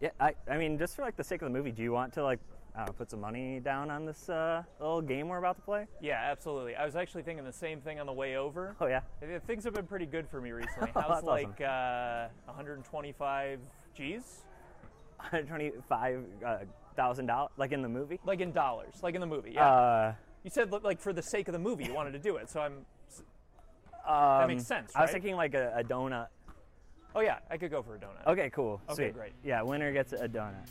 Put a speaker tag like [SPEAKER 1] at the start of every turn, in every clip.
[SPEAKER 1] Yeah, I, I mean, just for like the sake of the movie, do you want to like I don't know, put some money down on this uh, little game we're about to play?
[SPEAKER 2] Yeah, absolutely. I was actually thinking the same thing on the way over.
[SPEAKER 1] Oh yeah,
[SPEAKER 2] Uh, Things have been pretty good for me recently.
[SPEAKER 1] That's
[SPEAKER 2] How's
[SPEAKER 1] awesome.
[SPEAKER 2] like uh, 125 G's?
[SPEAKER 1] 125 uh, thousand dollars, like in the movie.
[SPEAKER 2] Like in dollars, like in the movie. Yeah.
[SPEAKER 1] Uh,
[SPEAKER 2] you said li- like for the sake of the movie, you wanted to do it. So I'm. s-
[SPEAKER 1] that
[SPEAKER 2] makes sense,
[SPEAKER 1] um, I was
[SPEAKER 2] right?
[SPEAKER 1] thinking like a, a donut.
[SPEAKER 2] Oh yeah, I could go for a donut.
[SPEAKER 1] Okay, cool.
[SPEAKER 2] Okay,
[SPEAKER 1] Sweet.
[SPEAKER 2] great.
[SPEAKER 1] Yeah, winner gets a donut.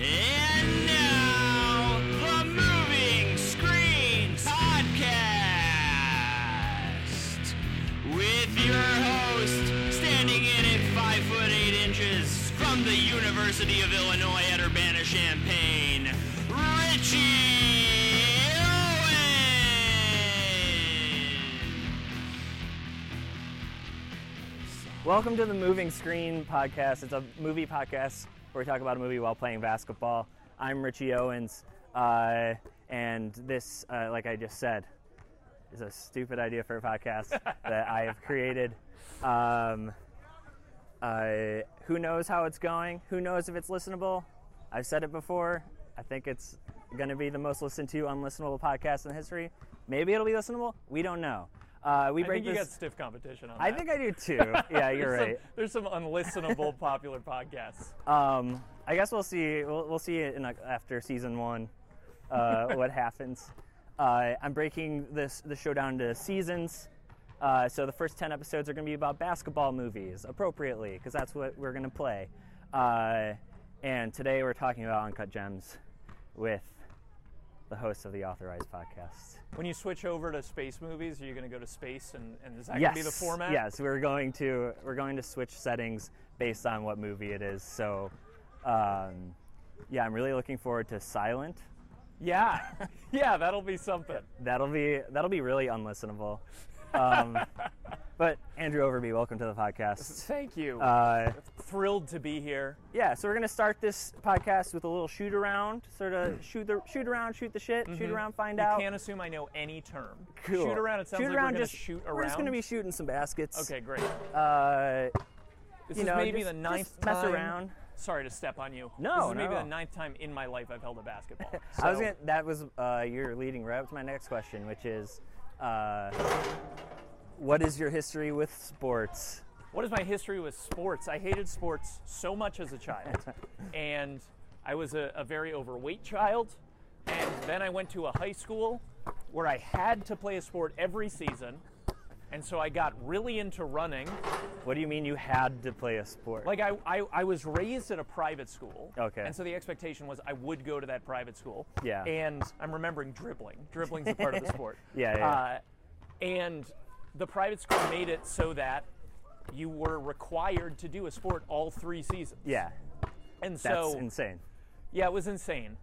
[SPEAKER 3] And now, the Moving Screen Podcast with your host, standing in at five foot eight inches from the University of Illinois at Urbana Champaign, Richie Owens.
[SPEAKER 1] Welcome to the Moving Screen Podcast. It's a movie podcast where we talk about a movie while playing basketball. I'm Richie Owens, uh, and this, uh, like I just said, is a stupid idea for a podcast that I have created. Um, uh, who knows how it's going? Who knows if it's listenable? I've said it before. I think it's going to be the most listened to unlistenable podcast in history. Maybe it'll be listenable. We don't know. Uh, we
[SPEAKER 2] I
[SPEAKER 1] break
[SPEAKER 2] think you
[SPEAKER 1] this.
[SPEAKER 2] got stiff competition on
[SPEAKER 1] I
[SPEAKER 2] that.
[SPEAKER 1] think I do too. Yeah, you're
[SPEAKER 2] There's some-
[SPEAKER 1] right.
[SPEAKER 2] there's some unlistenable popular podcasts.
[SPEAKER 1] Um, I guess we'll see. We'll, we'll see in like after season one uh, what happens. Uh, I'm breaking this the show down into seasons. Uh, so the first ten episodes are going to be about basketball movies, appropriately, because that's what we're going to play. Uh, and today we're talking about Uncut Gems with the host of the Authorized Podcast.
[SPEAKER 2] When you switch over to space movies, are you going to go to space and, and is that going to be the format?
[SPEAKER 1] Yes, we're going to we're going to switch settings based on what movie it is. So, um, yeah, I'm really looking forward to Silent.
[SPEAKER 2] Yeah. yeah, that'll be something.
[SPEAKER 1] That'll be that'll be really unlistenable. Um, but Andrew Overby, welcome to the podcast.
[SPEAKER 2] Thank you.
[SPEAKER 1] Uh,
[SPEAKER 2] Thrilled to be here.
[SPEAKER 1] yeah, so we're gonna start this podcast with a little shoot around, sort of shoot the shoot around, shoot the shit, shoot around, find
[SPEAKER 2] You
[SPEAKER 1] out.
[SPEAKER 2] Mm-hmm. can't assume I know any term.
[SPEAKER 1] Cool.
[SPEAKER 2] Shoot around. It sounds
[SPEAKER 1] Shoot
[SPEAKER 2] like
[SPEAKER 1] around,
[SPEAKER 2] we're going
[SPEAKER 1] just-
[SPEAKER 2] to shoot around.
[SPEAKER 1] We're just gonna be shooting some baskets.
[SPEAKER 2] Okay, great.
[SPEAKER 1] Uh,
[SPEAKER 2] This
[SPEAKER 1] you
[SPEAKER 2] is
[SPEAKER 1] know,
[SPEAKER 2] maybe
[SPEAKER 1] just-
[SPEAKER 2] the ninth
[SPEAKER 1] just mess
[SPEAKER 2] time-
[SPEAKER 1] around.
[SPEAKER 2] Sorry to step on you.
[SPEAKER 1] No,
[SPEAKER 2] This is
[SPEAKER 1] not
[SPEAKER 2] maybe
[SPEAKER 1] at
[SPEAKER 2] the
[SPEAKER 1] all.
[SPEAKER 2] ninth time in my life I've held a basketball.
[SPEAKER 1] I was
[SPEAKER 2] So,
[SPEAKER 1] gonna, that was uh, your leading right up to my next question, which is, uh, what is your history with sports?
[SPEAKER 2] What is my history with sports? I hated sports so much as a child. and I was a, a very overweight child. And then I went to a high school where I had to play a sport every season. And so I got really into running.
[SPEAKER 1] What do you mean you had to play a sport?
[SPEAKER 2] Like, I, I, I was raised at a private school.
[SPEAKER 1] Okay.
[SPEAKER 2] And so the expectation was I would go to that private school.
[SPEAKER 1] Yeah.
[SPEAKER 2] And I'm remembering dribbling. Dribbling's a part of the sport.
[SPEAKER 1] Yeah, yeah, yeah.
[SPEAKER 2] Uh, and the private school made it so that you were required to do a sport all three seasons.
[SPEAKER 1] yeah,
[SPEAKER 2] And
[SPEAKER 1] that's
[SPEAKER 2] so,
[SPEAKER 1] insane.
[SPEAKER 2] yeah, it was insane.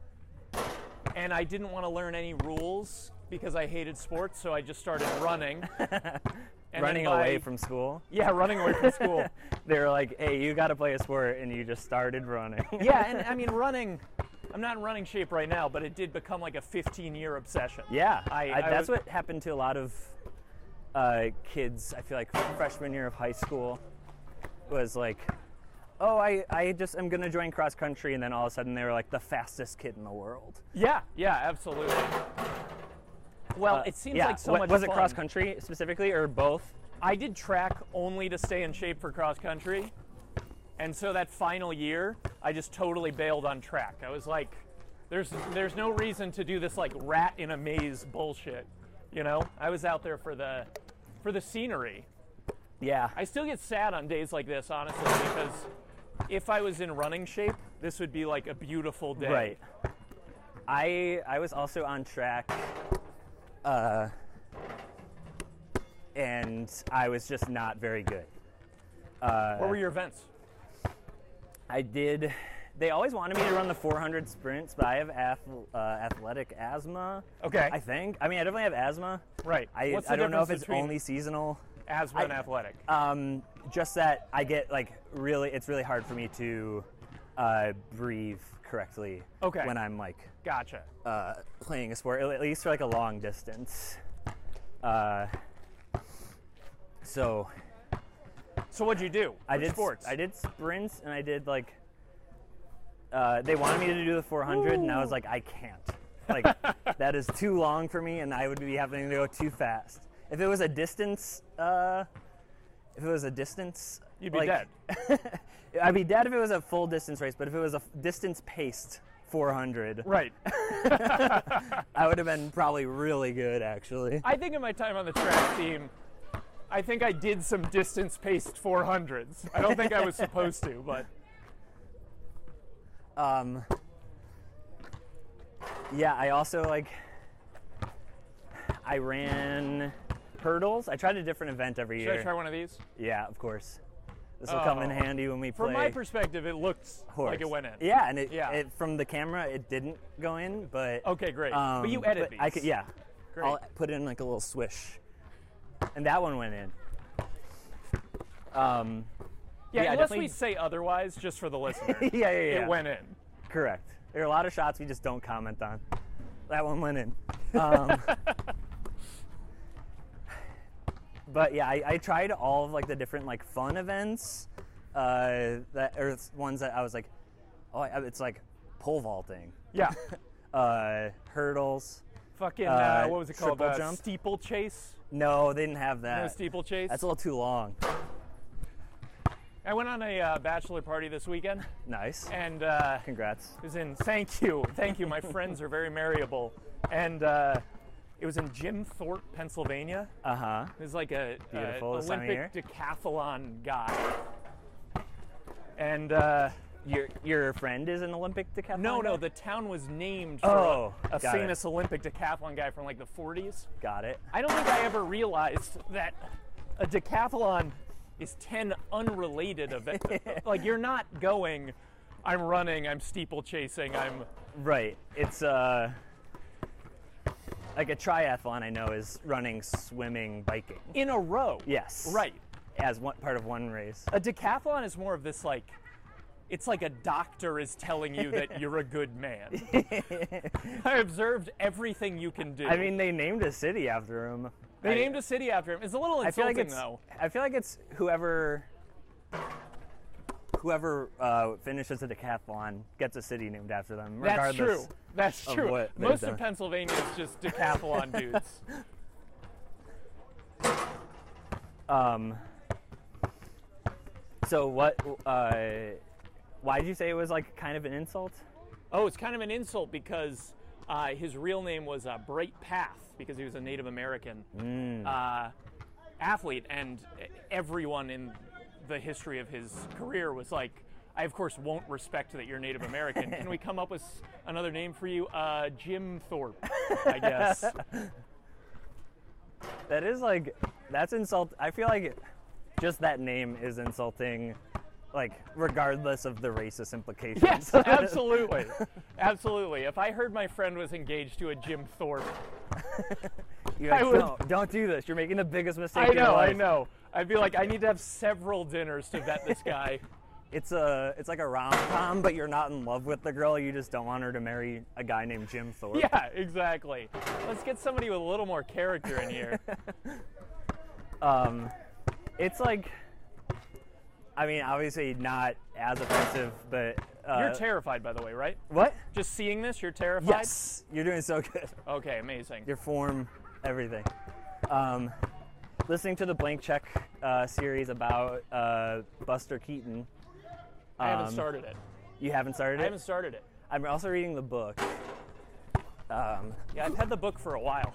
[SPEAKER 2] And I didn't want to learn any rules because I hated sports, so I just started running. And then
[SPEAKER 1] Running
[SPEAKER 2] by-
[SPEAKER 1] away from school.
[SPEAKER 2] Yeah, running away from school.
[SPEAKER 1] They were like, "Hey, you got to play a sport," and you just started running.
[SPEAKER 2] yeah, and I mean, running, I'm not in running shape right now, but it did become like a 15 year obsession.
[SPEAKER 1] yeah.
[SPEAKER 2] I- I
[SPEAKER 1] that's
[SPEAKER 2] would-
[SPEAKER 1] what happened to a lot of uh, kids. I feel like freshman year of high school was like. Oh, I, I just am gonna join cross country, and then all of a sudden they were like the fastest kid in the world.
[SPEAKER 2] Yeah, yeah, absolutely. Well,
[SPEAKER 1] Uh,
[SPEAKER 2] it seems
[SPEAKER 1] yeah.
[SPEAKER 2] like so
[SPEAKER 1] What-
[SPEAKER 2] much
[SPEAKER 1] Was
[SPEAKER 2] fun.
[SPEAKER 1] it cross country specifically or both?
[SPEAKER 2] I did track only to stay in shape for cross country. And so that final year, I just totally bailed on track. I was like, there's there's no reason to do this like rat in a maze bullshit. You know? I was out there for the for the scenery.
[SPEAKER 1] Yeah.
[SPEAKER 2] I still get sad on days like this, honestly, because if I was in running shape, this would be like a beautiful day.
[SPEAKER 1] Right. I I was also on track, uh, and I was just not very good.
[SPEAKER 2] What were your events?
[SPEAKER 1] I did. They always wanted me to run the 400 sprints, but I have ath- uh, athletic asthma.
[SPEAKER 2] Okay.
[SPEAKER 1] I think. I mean, I definitely have asthma.
[SPEAKER 2] Right.
[SPEAKER 1] I,
[SPEAKER 2] What's the
[SPEAKER 1] I don't know if
[SPEAKER 2] difference
[SPEAKER 1] it's
[SPEAKER 2] between
[SPEAKER 1] only seasonal.
[SPEAKER 2] asthma and
[SPEAKER 1] I-
[SPEAKER 2] athletic.
[SPEAKER 1] Um, just that I get like really, it's really hard for me to uh, breathe correctly
[SPEAKER 2] Okay.
[SPEAKER 1] when I'm like
[SPEAKER 2] Gotcha.
[SPEAKER 1] uh, playing a sport, at least for like a long distance. Uh, so
[SPEAKER 2] So what'd you do?
[SPEAKER 1] I
[SPEAKER 2] Which
[SPEAKER 1] did s-
[SPEAKER 2] sports.
[SPEAKER 1] I did sprints and I did like. Uh, they wanted me to do the 400, and I was like, I can't. Like that is too long for me, and I would be having to go too fast. If it was a distance, uh, if it was a distance,
[SPEAKER 2] You'd be
[SPEAKER 1] like-
[SPEAKER 2] dead.
[SPEAKER 1] I'd be dead if it was a full distance race, but if it was a f- distance paced 400,
[SPEAKER 2] Right.
[SPEAKER 1] I would have been probably really good actually.
[SPEAKER 2] I think in my time on the track team, I think I did some distance paced 400s. I don't think I was supposed to, but
[SPEAKER 1] Um, yeah, I also like. I ran hurdles. I tried a different event every
[SPEAKER 2] should I
[SPEAKER 1] year.
[SPEAKER 2] try one of these?
[SPEAKER 1] yeah, of course. This will come in
[SPEAKER 2] Oh.
[SPEAKER 1] handy when we
[SPEAKER 2] From
[SPEAKER 1] play.
[SPEAKER 2] my perspective, it looked
[SPEAKER 1] horse.
[SPEAKER 2] like it went in.
[SPEAKER 1] Yeah, and it,
[SPEAKER 2] Yeah.
[SPEAKER 1] it from the camera it didn't go in, but
[SPEAKER 2] Okay, great. but you edit these.
[SPEAKER 1] Um, I could, yeah.
[SPEAKER 2] Great.
[SPEAKER 1] I'll put in like a little swish, and that one went in. Um,
[SPEAKER 2] Yeah,
[SPEAKER 1] yeah, I
[SPEAKER 2] unless
[SPEAKER 1] definitely-
[SPEAKER 2] we say otherwise, just for the listener.
[SPEAKER 1] yeah, yeah, yeah.
[SPEAKER 2] It went in.
[SPEAKER 1] Correct. There are a lot of shots we just don't comment on. That one went in. Um, but yeah, I, I tried all of like the different like fun events, uh, that or it's ones that I was like, oh, I- it's like pole vaulting,
[SPEAKER 2] Yeah.
[SPEAKER 1] uh, hurdles.
[SPEAKER 2] Fucking, uh,
[SPEAKER 1] Uh,
[SPEAKER 2] what was it called?
[SPEAKER 1] triple
[SPEAKER 2] Uh,
[SPEAKER 1] jump?
[SPEAKER 2] Steeplechase?
[SPEAKER 1] No, they didn't have that.
[SPEAKER 2] No steeplechase?
[SPEAKER 1] That's a little too long.
[SPEAKER 2] I went on a uh, bachelor party this weekend,
[SPEAKER 1] Nice.
[SPEAKER 2] and uh,
[SPEAKER 1] Congrats.
[SPEAKER 2] It was in, thank you, thank you. My friends are very mariable. And uh, it was in Jim Thorpe, Pennsylvania.
[SPEAKER 1] Uh huh.
[SPEAKER 2] It was like a, a
[SPEAKER 1] Beautiful, this time of
[SPEAKER 2] Olympic decathlon guy. And uh,
[SPEAKER 1] Your your friend is an Olympic decathlon.
[SPEAKER 2] no, no,
[SPEAKER 1] guy?
[SPEAKER 2] the town was named for
[SPEAKER 1] Oh,
[SPEAKER 2] a, a
[SPEAKER 1] got it.
[SPEAKER 2] famous Olympic decathlon guy from like the 40s.
[SPEAKER 1] got it.
[SPEAKER 2] I don't think I ever realized that a decathlon is 10 unrelated events. like, you're not going, I'm running, I'm steeplechasing, I'm.
[SPEAKER 1] Right. It's uh like a triathlon I know is running, swimming, biking.
[SPEAKER 2] in a row.
[SPEAKER 1] Yes.
[SPEAKER 2] Right.
[SPEAKER 1] As one part of one race.
[SPEAKER 2] A decathlon is more of this like it's like a doctor is telling you that you're a good man. I observed everything you can do.
[SPEAKER 1] I mean they named a city after him.
[SPEAKER 2] they
[SPEAKER 1] I-
[SPEAKER 2] named a city after him. It's a little
[SPEAKER 1] I feel
[SPEAKER 2] insulting
[SPEAKER 1] like it's
[SPEAKER 2] though.
[SPEAKER 1] I feel like it's whoever whoever uh, finishes the decathlon gets a city named after them
[SPEAKER 2] That's
[SPEAKER 1] regardless.
[SPEAKER 2] true. That's
[SPEAKER 1] of
[SPEAKER 2] true.
[SPEAKER 1] what they've
[SPEAKER 2] Most
[SPEAKER 1] done.
[SPEAKER 2] of Pennsylvania is just decathlon dudes.
[SPEAKER 1] Um so what uh why did you say it was like kind of an insult?
[SPEAKER 2] Oh, it's kind of an insult because uh, his real name was uh, Bright Path because he was a Native American uh, athlete, and everyone in the history of his career was like, "I of course won't respect that you're Native American. Can we come up with s- another name for you, uh, Jim Thorpe? I guess."
[SPEAKER 1] That is like, that's insult. I feel like just that name is insulting, like regardless of the racist implications.
[SPEAKER 2] yes, absolutely, absolutely. If I heard my friend was engaged to a Jim Thorpe,
[SPEAKER 1] You're like,
[SPEAKER 2] I would-
[SPEAKER 1] no, don't do this. You're making the biggest mistake.
[SPEAKER 2] I
[SPEAKER 1] in your
[SPEAKER 2] know, I
[SPEAKER 1] life."
[SPEAKER 2] know. I'd be like, I need to have several dinners to vet this guy.
[SPEAKER 1] It's a, it's like a rom com, but you're not in love with the girl. You just don't want her to marry a guy named Jim Thorpe.
[SPEAKER 2] Yeah, exactly. Let's get somebody with a little more character in here.
[SPEAKER 1] Um, it's like, I mean, obviously not as offensive, but uh,
[SPEAKER 2] You're terrified, by the way, right?
[SPEAKER 1] what?
[SPEAKER 2] Just seeing this, you're terrified?
[SPEAKER 1] Yes, you're doing so good.
[SPEAKER 2] Okay, amazing.
[SPEAKER 1] your form, everything. Um, listening to the Blank Check uh, series about uh, Buster Keaton.
[SPEAKER 2] I haven't
[SPEAKER 1] um,
[SPEAKER 2] started it.
[SPEAKER 1] You haven't started it?
[SPEAKER 2] I haven't started it.
[SPEAKER 1] I'm also reading the book. Um,
[SPEAKER 2] Yeah, I've had the book for a while.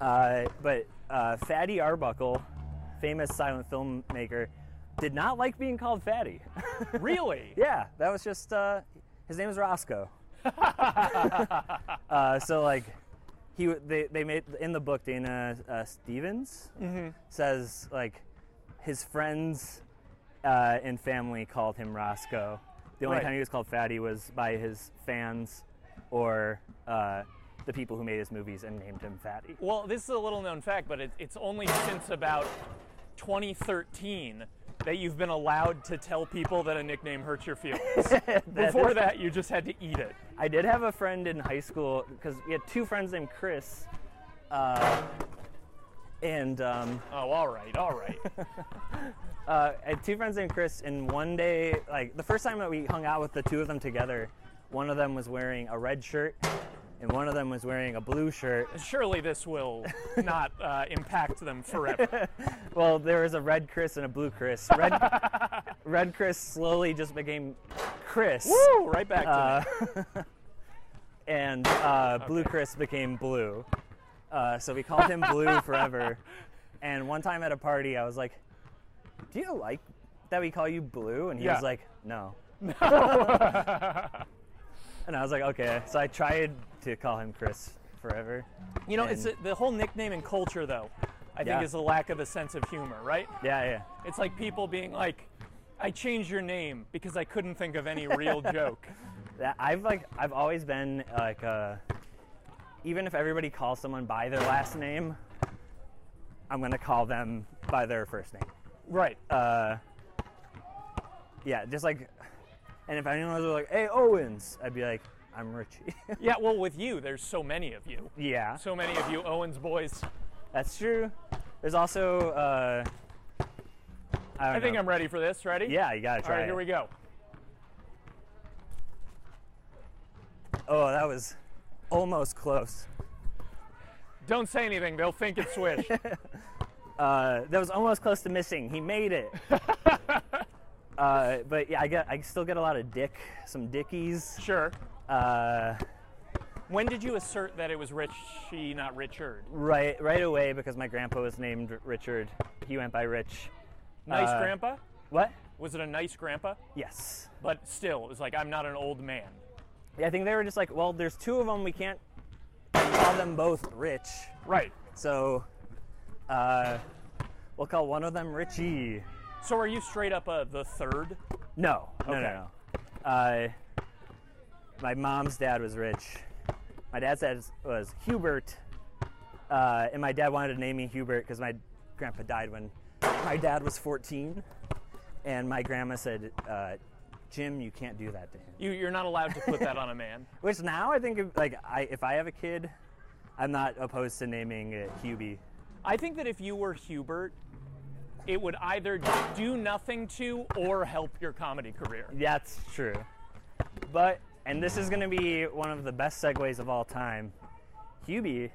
[SPEAKER 1] uh, but uh, Fatty Arbuckle, famous silent filmmaker, did not like being called Fatty.
[SPEAKER 2] Really?
[SPEAKER 1] yeah, that was just, uh, his name is Roscoe. uh, so, like, he w- they, they made in the book Dana uh, Stevens says like his friends uh, and family called him Roscoe, The only
[SPEAKER 2] Right.
[SPEAKER 1] time he was called Fatty was by his fans or uh, the people who made his movies and named him Fatty.
[SPEAKER 2] Well, this is a little known fact, but it, it's only since about 2013 that you've been allowed to tell people that a nickname hurts your feelings. Before that, you just had to eat it.
[SPEAKER 1] I did have a friend in high school because we had two friends named Chris, uh, and um,
[SPEAKER 2] Oh, all right, all right.
[SPEAKER 1] uh, I had two friends named Chris. And one day, like the first time that we hung out with the two of them together, one of them was wearing a red shirt, and one of them was wearing a blue shirt.
[SPEAKER 2] Surely this will not uh, impact them forever.
[SPEAKER 1] Well, there was a red Chris and a blue Chris. Red, red Chris slowly just became Chris.
[SPEAKER 2] Woo! Right back to
[SPEAKER 1] Uh, and uh, Blue Chris became Blue. Uh, so we called him Blue forever. And one time at a party, I was like, Do you like that we call you Blue? And he
[SPEAKER 2] Yeah.
[SPEAKER 1] was like, No. and I was like, Okay. So I tried to call him Chris forever.
[SPEAKER 2] You know, it's
[SPEAKER 1] And-
[SPEAKER 2] the whole nickname and culture, though. I think
[SPEAKER 1] Yeah.
[SPEAKER 2] is the lack of a sense of humor, right?
[SPEAKER 1] Yeah, yeah.
[SPEAKER 2] It's like people being like, "I changed your name because I couldn't think of any real joke."
[SPEAKER 1] That- I've like I've always been like uh, even if everybody calls someone by their last name, I'm gonna call them by their first name.
[SPEAKER 2] Right.
[SPEAKER 1] Uh, yeah, just like, and if anyone was like, "Hey Owens," I'd be like, "I'm Richie."
[SPEAKER 2] yeah. Well, with you, there's so many of you.
[SPEAKER 1] yeah,
[SPEAKER 2] So many of you, Owens boys.
[SPEAKER 1] that's true. There's also uh, I, don't
[SPEAKER 2] I think
[SPEAKER 1] know.
[SPEAKER 2] I'm ready for this. Ready?
[SPEAKER 1] Yeah, you gotta
[SPEAKER 2] All
[SPEAKER 1] try.
[SPEAKER 2] right.
[SPEAKER 1] it.
[SPEAKER 2] Here we go.
[SPEAKER 1] Oh, that was almost close.
[SPEAKER 2] Don't say anything. They'll think it's Swish.
[SPEAKER 1] Uh, that was almost close to missing. He made it. uh, but yeah, I get I still get a lot of dick, some dickies.
[SPEAKER 2] sure.
[SPEAKER 1] Uh,
[SPEAKER 2] When did you assert that it was Richie, not Richard?
[SPEAKER 1] right right away because my grandpa was named Richard. He went by Rich.
[SPEAKER 2] Nice
[SPEAKER 1] Uh,
[SPEAKER 2] grandpa?
[SPEAKER 1] What?
[SPEAKER 2] Was it a nice grandpa?
[SPEAKER 1] Yes.
[SPEAKER 2] But still, it was like I'm not an old man.
[SPEAKER 1] I think they were just like, well, there's two of them. We can't call them both Rich.
[SPEAKER 2] Right.
[SPEAKER 1] So uh, we'll call one of them Richie.
[SPEAKER 2] So are you straight up uh, the third?
[SPEAKER 1] No, no,
[SPEAKER 2] Okay.
[SPEAKER 1] no, no. Uh, my mom's dad was rich. My dad's dad was Hubert, uh, and my dad wanted to name me Hubert because my grandpa died when my dad was 14, and my grandma said, uh, "Jim, you can't do that to him."
[SPEAKER 2] You, you're not allowed to put that on a man.
[SPEAKER 1] Which now I think, if, like, I, if I have a kid, I'm not opposed to naming it Hubie.
[SPEAKER 2] I think that if you were Hubert, it would either do nothing to or help your comedy career.
[SPEAKER 1] That's true. But, and this is going to be one of the best segues of all time. Hubie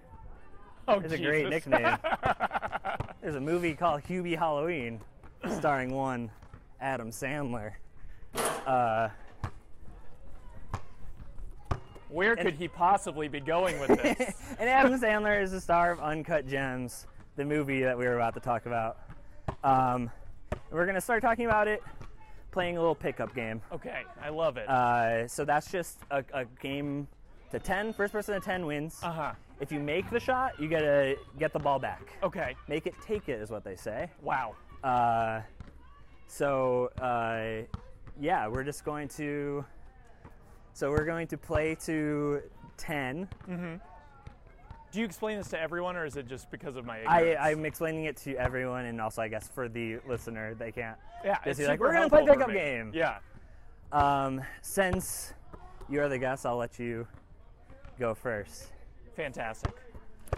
[SPEAKER 2] Oh,
[SPEAKER 1] It's a great nickname. There's a movie called Hubie Halloween, starring one Adam Sandler. Uh,
[SPEAKER 2] Where could he possibly be going with this?
[SPEAKER 1] and Adam Sandler is the star of Uncut Gems, the movie that we were about to talk about. Um, and we're going to start talking about it playing a little pickup game.
[SPEAKER 2] okay, I love it. Uh
[SPEAKER 1] Uh, so that's just a, a game to 10. First person to 10 wins.
[SPEAKER 2] huh.
[SPEAKER 1] If you make the shot, you got to get the ball back.
[SPEAKER 2] Okay.
[SPEAKER 1] Make it, take it, is what they say.
[SPEAKER 2] Wow.
[SPEAKER 1] Uh, so uh, yeah, we're just going to. So we're going to play to ten.
[SPEAKER 2] Do you explain this to everyone, or is it just because of my
[SPEAKER 1] I,
[SPEAKER 2] ignorance?
[SPEAKER 1] I'm explaining it to everyone, and also I guess for the listener, they can't.
[SPEAKER 2] yeah,
[SPEAKER 1] just
[SPEAKER 2] it's
[SPEAKER 1] be like,
[SPEAKER 2] super
[SPEAKER 1] "We're gonna
[SPEAKER 2] helpful
[SPEAKER 1] play
[SPEAKER 2] for
[SPEAKER 1] pickup
[SPEAKER 2] me."
[SPEAKER 1] game."
[SPEAKER 2] Yeah.
[SPEAKER 1] Um, since you are the guest, I'll let you go first.
[SPEAKER 2] Fantastic.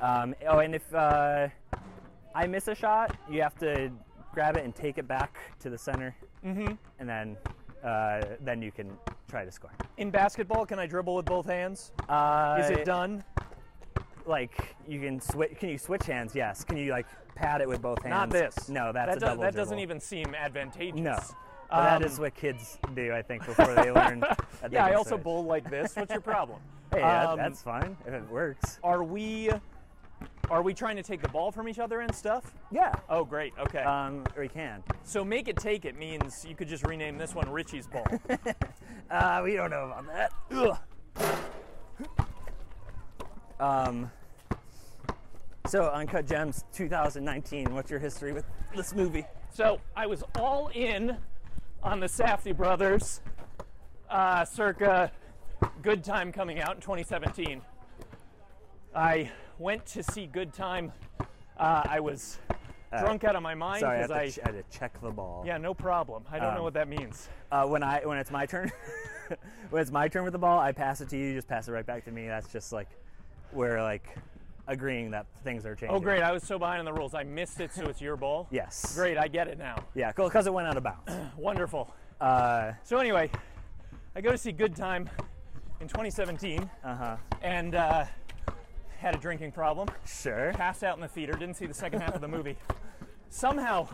[SPEAKER 1] Um, oh, and if uh, I miss a shot, you have to grab it and take it back to the center,
[SPEAKER 2] Mm-hmm.
[SPEAKER 1] and then uh, then you can try to score.
[SPEAKER 2] In basketball, can I dribble with both hands?
[SPEAKER 1] Uh,
[SPEAKER 2] Is it done?
[SPEAKER 1] like you can switch can you switch hands yes can you like pat it with both hands
[SPEAKER 2] Not this.
[SPEAKER 1] no that's
[SPEAKER 2] that
[SPEAKER 1] a
[SPEAKER 2] does-
[SPEAKER 1] double
[SPEAKER 2] That doesn't
[SPEAKER 1] dribble.
[SPEAKER 2] even seem advantageous.
[SPEAKER 1] no But that
[SPEAKER 2] Um,
[SPEAKER 1] is what kids do i think before they learn that they
[SPEAKER 2] Yeah, I
[SPEAKER 1] can
[SPEAKER 2] also
[SPEAKER 1] switch.
[SPEAKER 2] bowl like this. What's your problem?
[SPEAKER 1] hey that-
[SPEAKER 2] Um,
[SPEAKER 1] that's fine if it works
[SPEAKER 2] Are we? Are we trying to take the ball from each other and stuff?
[SPEAKER 1] yeah
[SPEAKER 2] Oh, great. Okay.
[SPEAKER 1] um or you can
[SPEAKER 2] so make it take it means you could just rename this one Richie's ball.
[SPEAKER 1] uh we don't know about that Ugh. um so uncut gems 2019 what's your history with this movie
[SPEAKER 2] so I was all in on the Safety brothers. uh, circa Good Time coming out in 2017. I went to see Good Time. Uh, I was drunk out of my mind
[SPEAKER 1] Sorry, I had,
[SPEAKER 2] because
[SPEAKER 1] to ch-
[SPEAKER 2] Uh, I.
[SPEAKER 1] I had to check the ball.
[SPEAKER 2] yeah, no problem. I don't know
[SPEAKER 1] Um,
[SPEAKER 2] what that means.
[SPEAKER 1] Uh, when I when it's my turn, when it's my turn with the ball, I pass it to you. you Just pass it right back to me. That's just like we're like agreeing that things are changing.
[SPEAKER 2] Oh, great. I was so behind on the rules. I missed it, so it's your ball.
[SPEAKER 1] Yes.
[SPEAKER 2] Great. I get it now.
[SPEAKER 1] Yeah, cool. Because it went out of bounds.
[SPEAKER 2] Wonderful.
[SPEAKER 1] Uh
[SPEAKER 2] So, anyway, I go to see Good Time in 2017
[SPEAKER 1] huh.
[SPEAKER 2] and uh, had a drinking problem.
[SPEAKER 1] Sure.
[SPEAKER 2] passed out in the theater, didn't see the second half of the movie. Somehow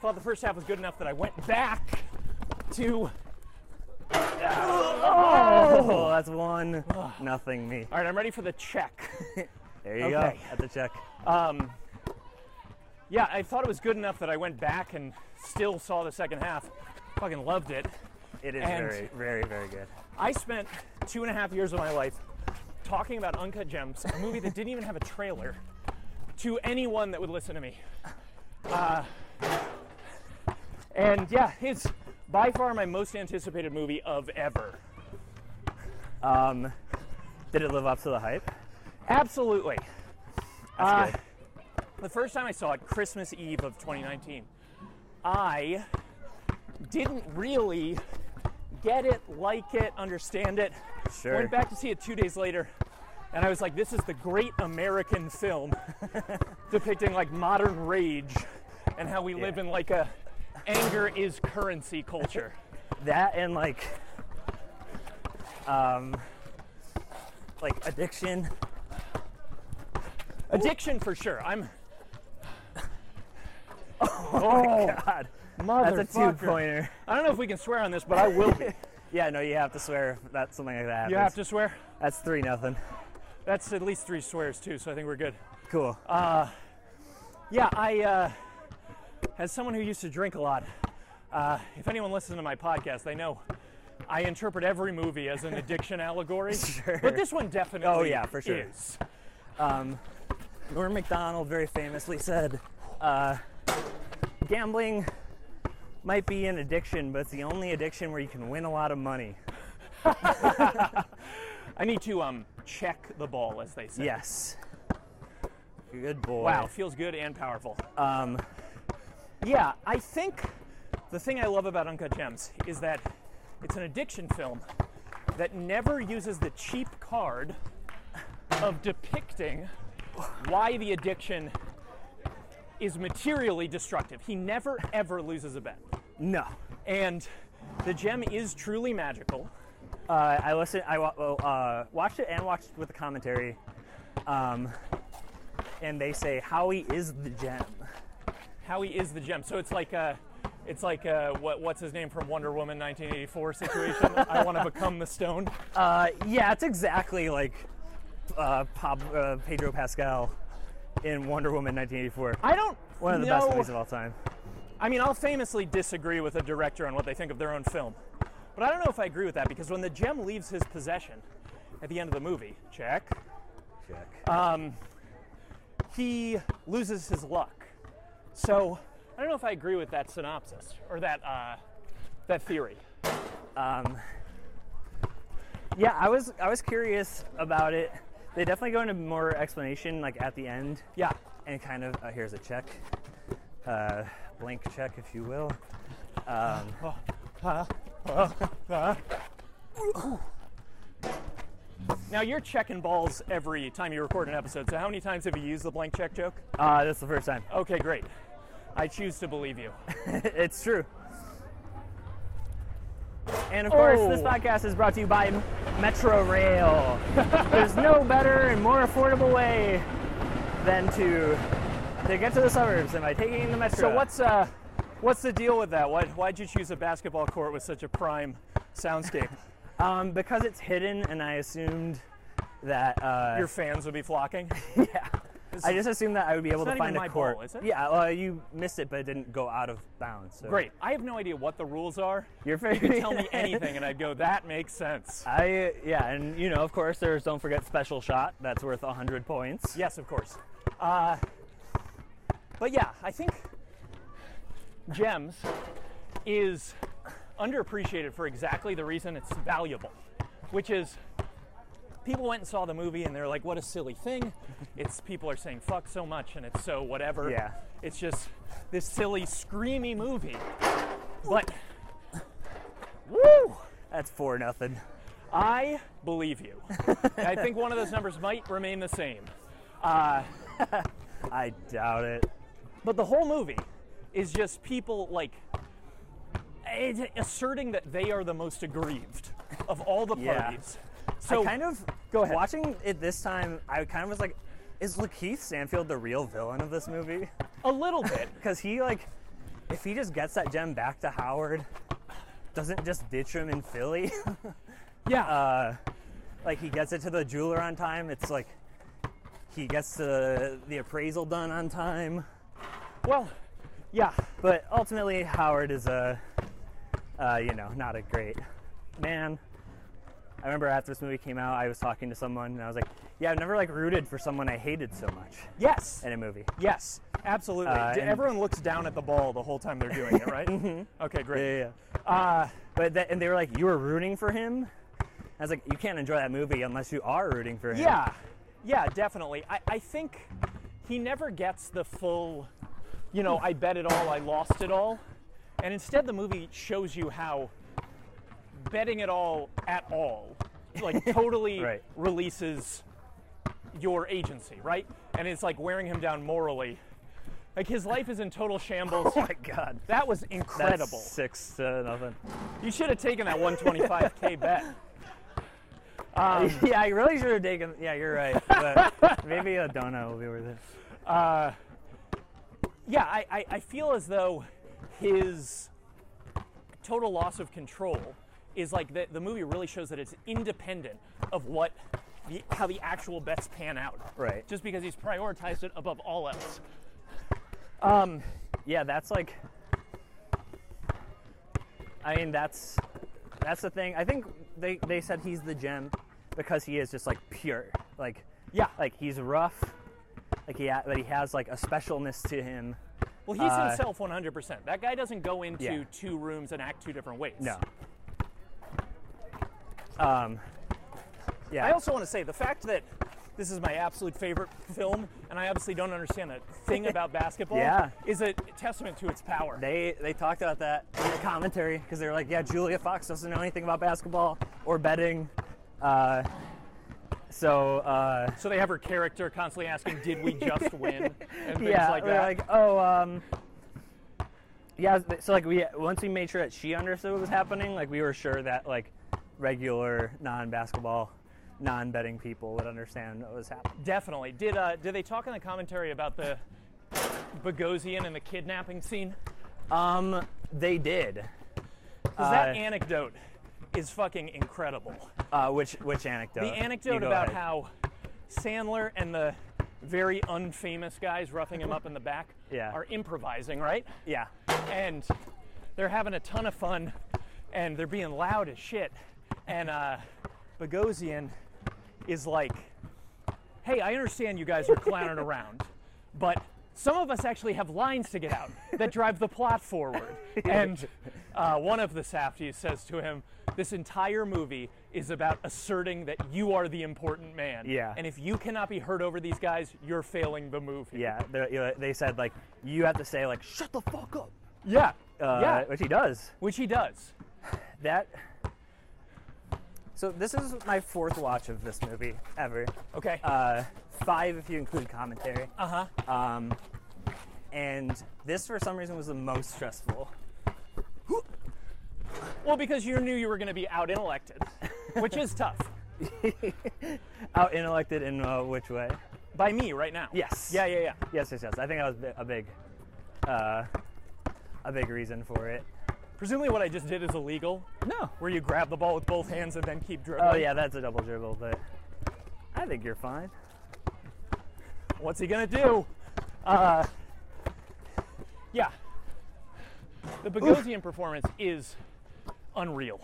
[SPEAKER 2] thought the first half was good enough that I went back to
[SPEAKER 1] Oh, that's one nothing me.
[SPEAKER 2] All right, I'm ready for the check.
[SPEAKER 1] There you
[SPEAKER 2] Okay.
[SPEAKER 1] go. At the check.
[SPEAKER 2] Um, yeah, I thought it was good enough that I went back and still saw the second half. Fucking loved it.
[SPEAKER 1] It is
[SPEAKER 2] And-
[SPEAKER 1] very, very, very good.
[SPEAKER 2] I spent two and a half years of my life talking about Uncut Gems, a movie that didn't even have a trailer, to anyone that would listen to me. Uh, and yeah, it's by far my most anticipated movie of ever.
[SPEAKER 1] Um, did it live up to the hype?
[SPEAKER 2] Absolutely.
[SPEAKER 1] That's
[SPEAKER 2] Uh, The first time I saw it, Christmas Eve of 2019, I didn't really get it, like it, understand it.
[SPEAKER 1] good. Sure.
[SPEAKER 2] Went back to see it two days later, and I was like, this is the great American film depicting like modern rage and how we live
[SPEAKER 1] Yeah.
[SPEAKER 2] in like a anger is currency culture.
[SPEAKER 1] That and like, um, like addiction.
[SPEAKER 2] Addiction for sure. I'm
[SPEAKER 1] Oh, God. That's a
[SPEAKER 2] Motherfucker.
[SPEAKER 1] two pointer.
[SPEAKER 2] I don't know if we can swear on this, but I will be.
[SPEAKER 1] Yeah, no, you have to swear if that's something like that. Happens.
[SPEAKER 2] You have to swear?
[SPEAKER 1] That's three nothing.
[SPEAKER 2] That's at least three swears too, so I think we're good.
[SPEAKER 1] Cool. Uh,
[SPEAKER 2] Yeah, I, uh, as someone who used to drink a lot, uh, if anyone listens to my podcast, they know I interpret every movie as an addiction allegory.
[SPEAKER 1] Sure.
[SPEAKER 2] But this one definitely
[SPEAKER 1] Oh, yeah, for sure.
[SPEAKER 2] is.
[SPEAKER 1] Um, Norm MacDonald very famously said, uh, gambling might be an addiction, but it's the only addiction where you can win a lot of money.
[SPEAKER 2] I need to um, check the ball, as they say.
[SPEAKER 1] Yes. Good boy.
[SPEAKER 2] Wow, feels good and powerful.
[SPEAKER 1] Um,
[SPEAKER 2] Yeah, I think the thing I love about Uncut Gems is that it's an addiction film that never uses the cheap card of depicting why the addiction is materially destructive. He never ever loses a bet.
[SPEAKER 1] no.
[SPEAKER 2] And the gem is truly magical.
[SPEAKER 1] Uh, I listened. I wa- well, uh, watched it and watched with the commentary. Um, and they say Howie is the gem.
[SPEAKER 2] Howie is the gem. So it's like a it's like a, what, what's his name from Wonder Woman 1984 situation. I want to become the stone.
[SPEAKER 1] Uh, yeah, it's exactly like uh, Pab- uh, Pedro Pascal in Wonder Woman 1984.
[SPEAKER 2] I don't
[SPEAKER 1] One of the
[SPEAKER 2] know
[SPEAKER 1] best movies of all time.
[SPEAKER 2] I mean, I'll famously disagree with a director on what they think of their own film. But I don't know if I agree with that because when the gem leaves his possession at the end of the movie, check,
[SPEAKER 1] Check.
[SPEAKER 2] he loses his luck. So I don't know if I agree with that synopsis or that, uh, that theory.
[SPEAKER 1] Um, yeah, I was I was curious about it. They definitely go into more explanation like at the end
[SPEAKER 2] Yeah.
[SPEAKER 1] and kind of uh, here's a check, uh, blank check if you will. Um,
[SPEAKER 2] Now you're checking balls every time you record an episode. So how many times have you used the blank check joke?
[SPEAKER 1] uh, that's the first time.
[SPEAKER 2] Okay, great. I choose to believe you.
[SPEAKER 1] it's true. And of course, this
[SPEAKER 2] Oh.
[SPEAKER 1] podcast is brought to you by Metro Rail. There's no better and more affordable way than to to get to the suburbs than by taking the metro.
[SPEAKER 2] So what's uh, what's the deal with that? Why, why'd you choose a basketball court with such a prime soundscape?
[SPEAKER 1] Um, because it's hidden, and I assumed that uh,
[SPEAKER 2] Your fans would be flocking.
[SPEAKER 1] yeah. I just assumed that I would be able
[SPEAKER 2] not
[SPEAKER 1] to find
[SPEAKER 2] even
[SPEAKER 1] a
[SPEAKER 2] my
[SPEAKER 1] court.
[SPEAKER 2] ball, is it?
[SPEAKER 1] Yeah, well, you missed it, but it didn't go out of bounds. So.
[SPEAKER 2] Great. I have no idea what the rules are.
[SPEAKER 1] You're
[SPEAKER 2] You could
[SPEAKER 1] very-
[SPEAKER 2] tell me anything, and I'd go, that makes sense.
[SPEAKER 1] I yeah, and you know, of course, there's don't forget special shot. That's worth hundred points.
[SPEAKER 2] Yes, of course. Uh, but yeah, I think Gems is underappreciated for exactly the reason it's valuable, which is people went and saw the movie and they're like, "What a silly thing!" It's people are saying "fuck" so much and it's so whatever.
[SPEAKER 1] Yeah.
[SPEAKER 2] It's just this silly screamy movie, but woo!
[SPEAKER 1] That's four nothing.
[SPEAKER 2] I believe you. I think one of those numbers might remain the same.
[SPEAKER 1] I doubt it.
[SPEAKER 2] But the whole movie is just people like it's asserting that they are the most aggrieved of all the
[SPEAKER 1] Yeah.
[SPEAKER 2] parties. So
[SPEAKER 1] I kind of
[SPEAKER 2] Go ahead.
[SPEAKER 1] Watching it this time, I kind of was like, is Lakeith Stanfield the real villain of this movie?
[SPEAKER 2] a little bit.
[SPEAKER 1] Because he like, if he just gets that gem back to Howard, doesn't just ditch him in Philly.
[SPEAKER 2] Yeah.
[SPEAKER 1] Uh, like he gets it to the jeweler on time. It's like he gets the the appraisal done on time.
[SPEAKER 2] well, yeah.
[SPEAKER 1] But ultimately, Howard is a, uh, you know, not a great man. I remember after this movie came out, I was talking to someone and I was like, "Yeah, I've never like rooted for someone I hated so much
[SPEAKER 2] Yes.
[SPEAKER 1] in a movie."
[SPEAKER 2] yes. Absolutely.
[SPEAKER 1] Uh, and-
[SPEAKER 2] D-
[SPEAKER 1] Mm-hmm.
[SPEAKER 2] Everyone looks down at the ball the whole time they're doing it, right? Okay, great.
[SPEAKER 1] yeah. Uh, but that, and they were like, "You were rooting for him." I was like, "You can't enjoy that movie unless you are rooting for him."
[SPEAKER 2] Yeah, yeah, definitely. I, I think he never gets the full, you know, I bet it all, I lost it all. And instead, the movie shows you how betting it all at all, like, totally
[SPEAKER 1] Right.
[SPEAKER 2] releases your agency, right? And it's like wearing him down morally. Like, his life is in total shambles.
[SPEAKER 1] Oh my god.
[SPEAKER 2] that was
[SPEAKER 1] That's
[SPEAKER 2] incredible.
[SPEAKER 1] six to nothing.
[SPEAKER 2] You should have taken that 125K bet.
[SPEAKER 1] yeah, I really should have taken. Yeah, you're right. But maybe a donut will be worth it.
[SPEAKER 2] yeah, I, I, I feel as though his total loss of control is like the, the movie really shows that it's independent of what the, how the actual bets pan out.
[SPEAKER 1] Right.
[SPEAKER 2] Just because he's prioritized it above all else.
[SPEAKER 1] yeah that's like i mean that's that's the thing i think they they said he's the gem because he is just like pure like
[SPEAKER 2] Yeah.
[SPEAKER 1] like he's rough like he ha- but he has like a specialness to him
[SPEAKER 2] well, he's
[SPEAKER 1] uh,
[SPEAKER 2] himself 100%. That guy doesn't go into
[SPEAKER 1] Yeah.
[SPEAKER 2] two rooms and act two different ways.
[SPEAKER 1] no um yeah
[SPEAKER 2] I also want to say the fact that this is my absolute favorite film, and I obviously don't understand a thing about basketball,
[SPEAKER 1] Yeah.
[SPEAKER 2] is a testament to its power.
[SPEAKER 1] they they talked about that in the commentary because they were like yeah julia fox doesn't know anything about basketball or betting uh so uh
[SPEAKER 2] So they have her character constantly asking, "Did we just win?" and things
[SPEAKER 1] yeah,
[SPEAKER 2] like
[SPEAKER 1] they're
[SPEAKER 2] that.
[SPEAKER 1] like, oh, um, yeah. th- So like we once we made sure that she understood what was happening, like we were sure that like regular non-basketball, non-betting people would understand what was happening.
[SPEAKER 2] Definitely. Did uh, did they talk in the commentary about the Bogosian and the kidnapping scene?
[SPEAKER 1] Um, they did.
[SPEAKER 2] 'Cause that
[SPEAKER 1] Uh,
[SPEAKER 2] anecdote is fucking incredible.
[SPEAKER 1] Uh, which which anecdote?
[SPEAKER 2] The anecdote about how Sandler and the very unfamous guys roughing him up in the back
[SPEAKER 1] Yeah.
[SPEAKER 2] are improvising, right?
[SPEAKER 1] yeah,
[SPEAKER 2] and they're having a ton of fun and they're being loud as shit. And uh, Bogosian is like, hey, I understand you guys are clowning around, but some of us actually have lines to get out that drive the plot forward. And uh, one of the Safties says to him, this entire movie is about asserting that you are the important man.
[SPEAKER 1] Yeah.
[SPEAKER 2] And if you cannot be heard over these guys, you're failing the movie.
[SPEAKER 1] yeah. They, you know, they said like you have to say like shut the fuck up.
[SPEAKER 2] Yeah.
[SPEAKER 1] Uh,
[SPEAKER 2] yeah.
[SPEAKER 1] which he does.
[SPEAKER 2] Which he does.
[SPEAKER 1] That. So this is my fourth watch of this movie ever.
[SPEAKER 2] Okay.
[SPEAKER 1] Uh, five if you include commentary.
[SPEAKER 2] Uh-huh.
[SPEAKER 1] Um, and this, for some reason, was the most stressful.
[SPEAKER 2] Well, because you knew you were going to be out intellected, which is tough.
[SPEAKER 1] Out intellected in uh, which way?
[SPEAKER 2] By me right now.
[SPEAKER 1] Yes.
[SPEAKER 2] Yeah, yeah, yeah.
[SPEAKER 1] Yes, yes, yes. I think that was bi- a big, uh, a big reason for it.
[SPEAKER 2] Presumably what I just did is illegal,
[SPEAKER 1] No.
[SPEAKER 2] where you grab the ball with both hands and then keep dribbling.
[SPEAKER 1] Oh yeah, that's a double dribble, but I think you're fine.
[SPEAKER 2] What's he going to do? Uh, yeah. The Bogosian performance is unreal.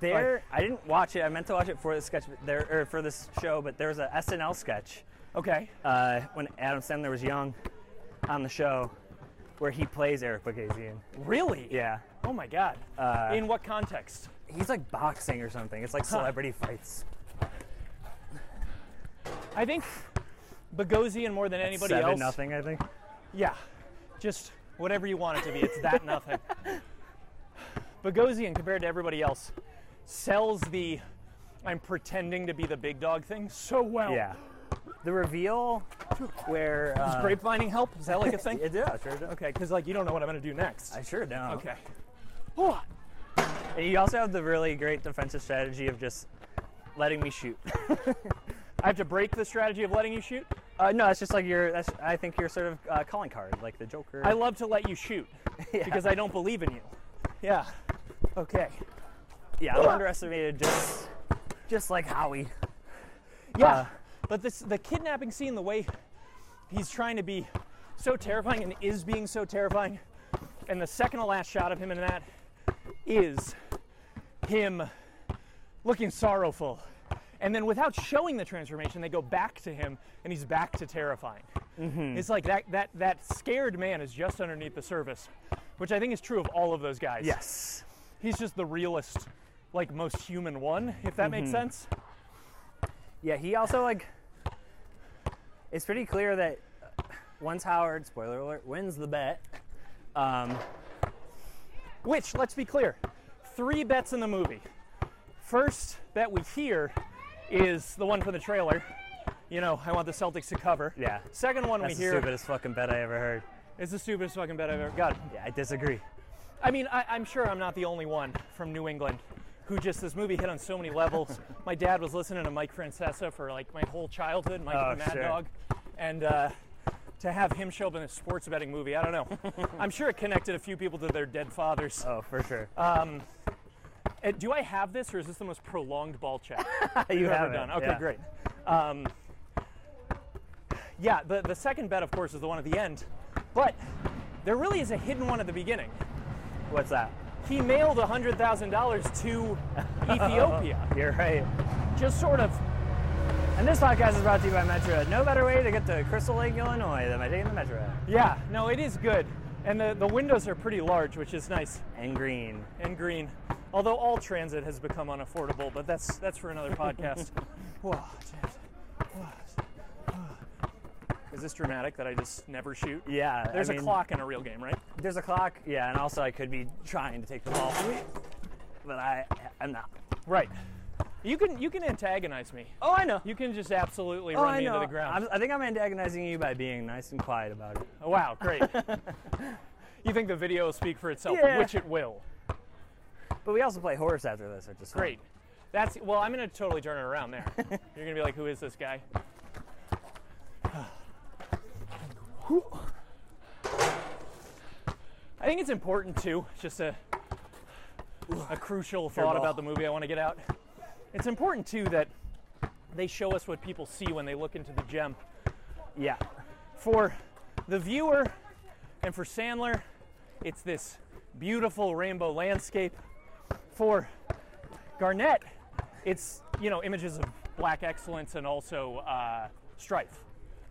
[SPEAKER 1] There, I didn't watch it. I meant to watch it for this sketch, but there or for this show, but there was a SNL sketch
[SPEAKER 2] Okay.
[SPEAKER 1] uh, when Adam Sandler was young on the show, where he plays Eric Bogasian.
[SPEAKER 2] Really?
[SPEAKER 1] Yeah.
[SPEAKER 2] Oh my god.
[SPEAKER 1] Uh,
[SPEAKER 2] In what context?
[SPEAKER 1] He's like boxing or something. It's like celebrity fights.
[SPEAKER 2] I think Bogosian more than anybody
[SPEAKER 1] Seven
[SPEAKER 2] else.
[SPEAKER 1] nothing, I think.
[SPEAKER 2] Yeah. Just whatever you want it to be. It's that nothing. Bogosian compared to everybody else sells the I'm pretending to be the big dog thing so well.
[SPEAKER 1] Yeah. The reveal where uh,
[SPEAKER 2] Grapevining help? Is that like a thing?
[SPEAKER 1] It, yeah, sure. do.
[SPEAKER 2] okay, because like you don't know what I'm gonna do next.
[SPEAKER 1] I sure don't.
[SPEAKER 2] okay.
[SPEAKER 1] And you also have the really great defensive strategy of just letting me shoot.
[SPEAKER 2] I have to break the strategy of letting you shoot.
[SPEAKER 1] Uh, no, it's just like your. That's, I think you're sort of uh, calling card, like the Joker.
[SPEAKER 2] I love to let you shoot because I don't believe in you. Yeah. Okay.
[SPEAKER 1] yeah, I underestimated just, just like Howie.
[SPEAKER 2] Yeah.
[SPEAKER 1] Uh,
[SPEAKER 2] but this the kidnapping scene, the way he's trying to be so terrifying and is being so terrifying, and the second to last shot of him in that is him looking sorrowful. And then without showing the transformation, they go back to him and he's back to terrifying. It's like that that that scared man is just underneath the surface, which I think is true of all of those guys
[SPEAKER 1] Yes.
[SPEAKER 2] he's just the realest, like most human one, if that makes sense.
[SPEAKER 1] Yeah, he also like. It's pretty clear that uh, once Howard, spoiler alert, wins the bet, um,
[SPEAKER 2] Which, let's be clear, three bets in the movie. First bet we hear is the one from the trailer. You know, I want the Celtics to cover.
[SPEAKER 1] Yeah.
[SPEAKER 2] Second one
[SPEAKER 1] that's
[SPEAKER 2] we
[SPEAKER 1] the
[SPEAKER 2] hear
[SPEAKER 1] stupidest fucking bet I ever heard.
[SPEAKER 2] is the stupidest fucking bet I've ever got.
[SPEAKER 1] Yeah, I disagree.
[SPEAKER 2] I mean, I, I'm sure I'm not the only one from New England who just this movie hit on so many levels. my dad was listening to Mike Francesa for like my whole childhood, Mike
[SPEAKER 1] Oh,
[SPEAKER 2] the Mad
[SPEAKER 1] sure.
[SPEAKER 2] Dog, and uh, to have him show up in a sports betting movie, I don't know. I'm sure it connected a few people to their dead fathers.
[SPEAKER 1] Oh, for sure.
[SPEAKER 2] Uh, do I have this, or is this the most prolonged ball chat?
[SPEAKER 1] you
[SPEAKER 2] you've ever
[SPEAKER 1] have
[SPEAKER 2] done.
[SPEAKER 1] it,
[SPEAKER 2] Okay,
[SPEAKER 1] yeah.
[SPEAKER 2] great. Um, yeah, the, the second bet, of course, is the one at the end, but there really is a hidden one at the beginning.
[SPEAKER 1] What's that?
[SPEAKER 2] He mailed $100,000 to Ethiopia,
[SPEAKER 1] Uh-huh. You're right.
[SPEAKER 2] just sort of.
[SPEAKER 1] And this podcast is brought to you by Metro. No better way to get to Crystal Lake, Illinois than by taking the Metro.
[SPEAKER 2] Yeah, no, it is good. And the, the windows are pretty large, which is nice
[SPEAKER 1] And green.
[SPEAKER 2] and green. Although all transit has become unaffordable, but that's that's for another podcast. Whoa, geez. Whoa. Is this dramatic that I just never shoot?
[SPEAKER 1] Yeah. I
[SPEAKER 2] There's a
[SPEAKER 1] mean,
[SPEAKER 2] clock in a real game, right?
[SPEAKER 1] There's a clock. Yeah, and also I could be trying to take the ball, but I I'm not.
[SPEAKER 2] Right. You can you can antagonize me.
[SPEAKER 1] Oh, I know.
[SPEAKER 2] You can just absolutely
[SPEAKER 1] oh,
[SPEAKER 2] run
[SPEAKER 1] I
[SPEAKER 2] me
[SPEAKER 1] know.
[SPEAKER 2] into the ground.
[SPEAKER 1] I'm, I think I'm antagonizing you by being nice and quiet about it.
[SPEAKER 2] Oh, Wow, great. you think the video will speak for itself,
[SPEAKER 1] Yeah.
[SPEAKER 2] which it will.
[SPEAKER 1] But we also play horse after this, which is fun.
[SPEAKER 2] Great. That's well, I'm gonna totally turn it around there. You're gonna be like, who is this guy? Whew. I think it's important too, just a a crucial thought
[SPEAKER 1] ball.
[SPEAKER 2] about the movie I want to get out. It's important too that they show us what people see when they look into the gem.
[SPEAKER 1] Yeah.
[SPEAKER 2] for the viewer and for Sandler, it's this beautiful rainbow landscape. For Garnett, it's you know images of black excellence and also uh, strife.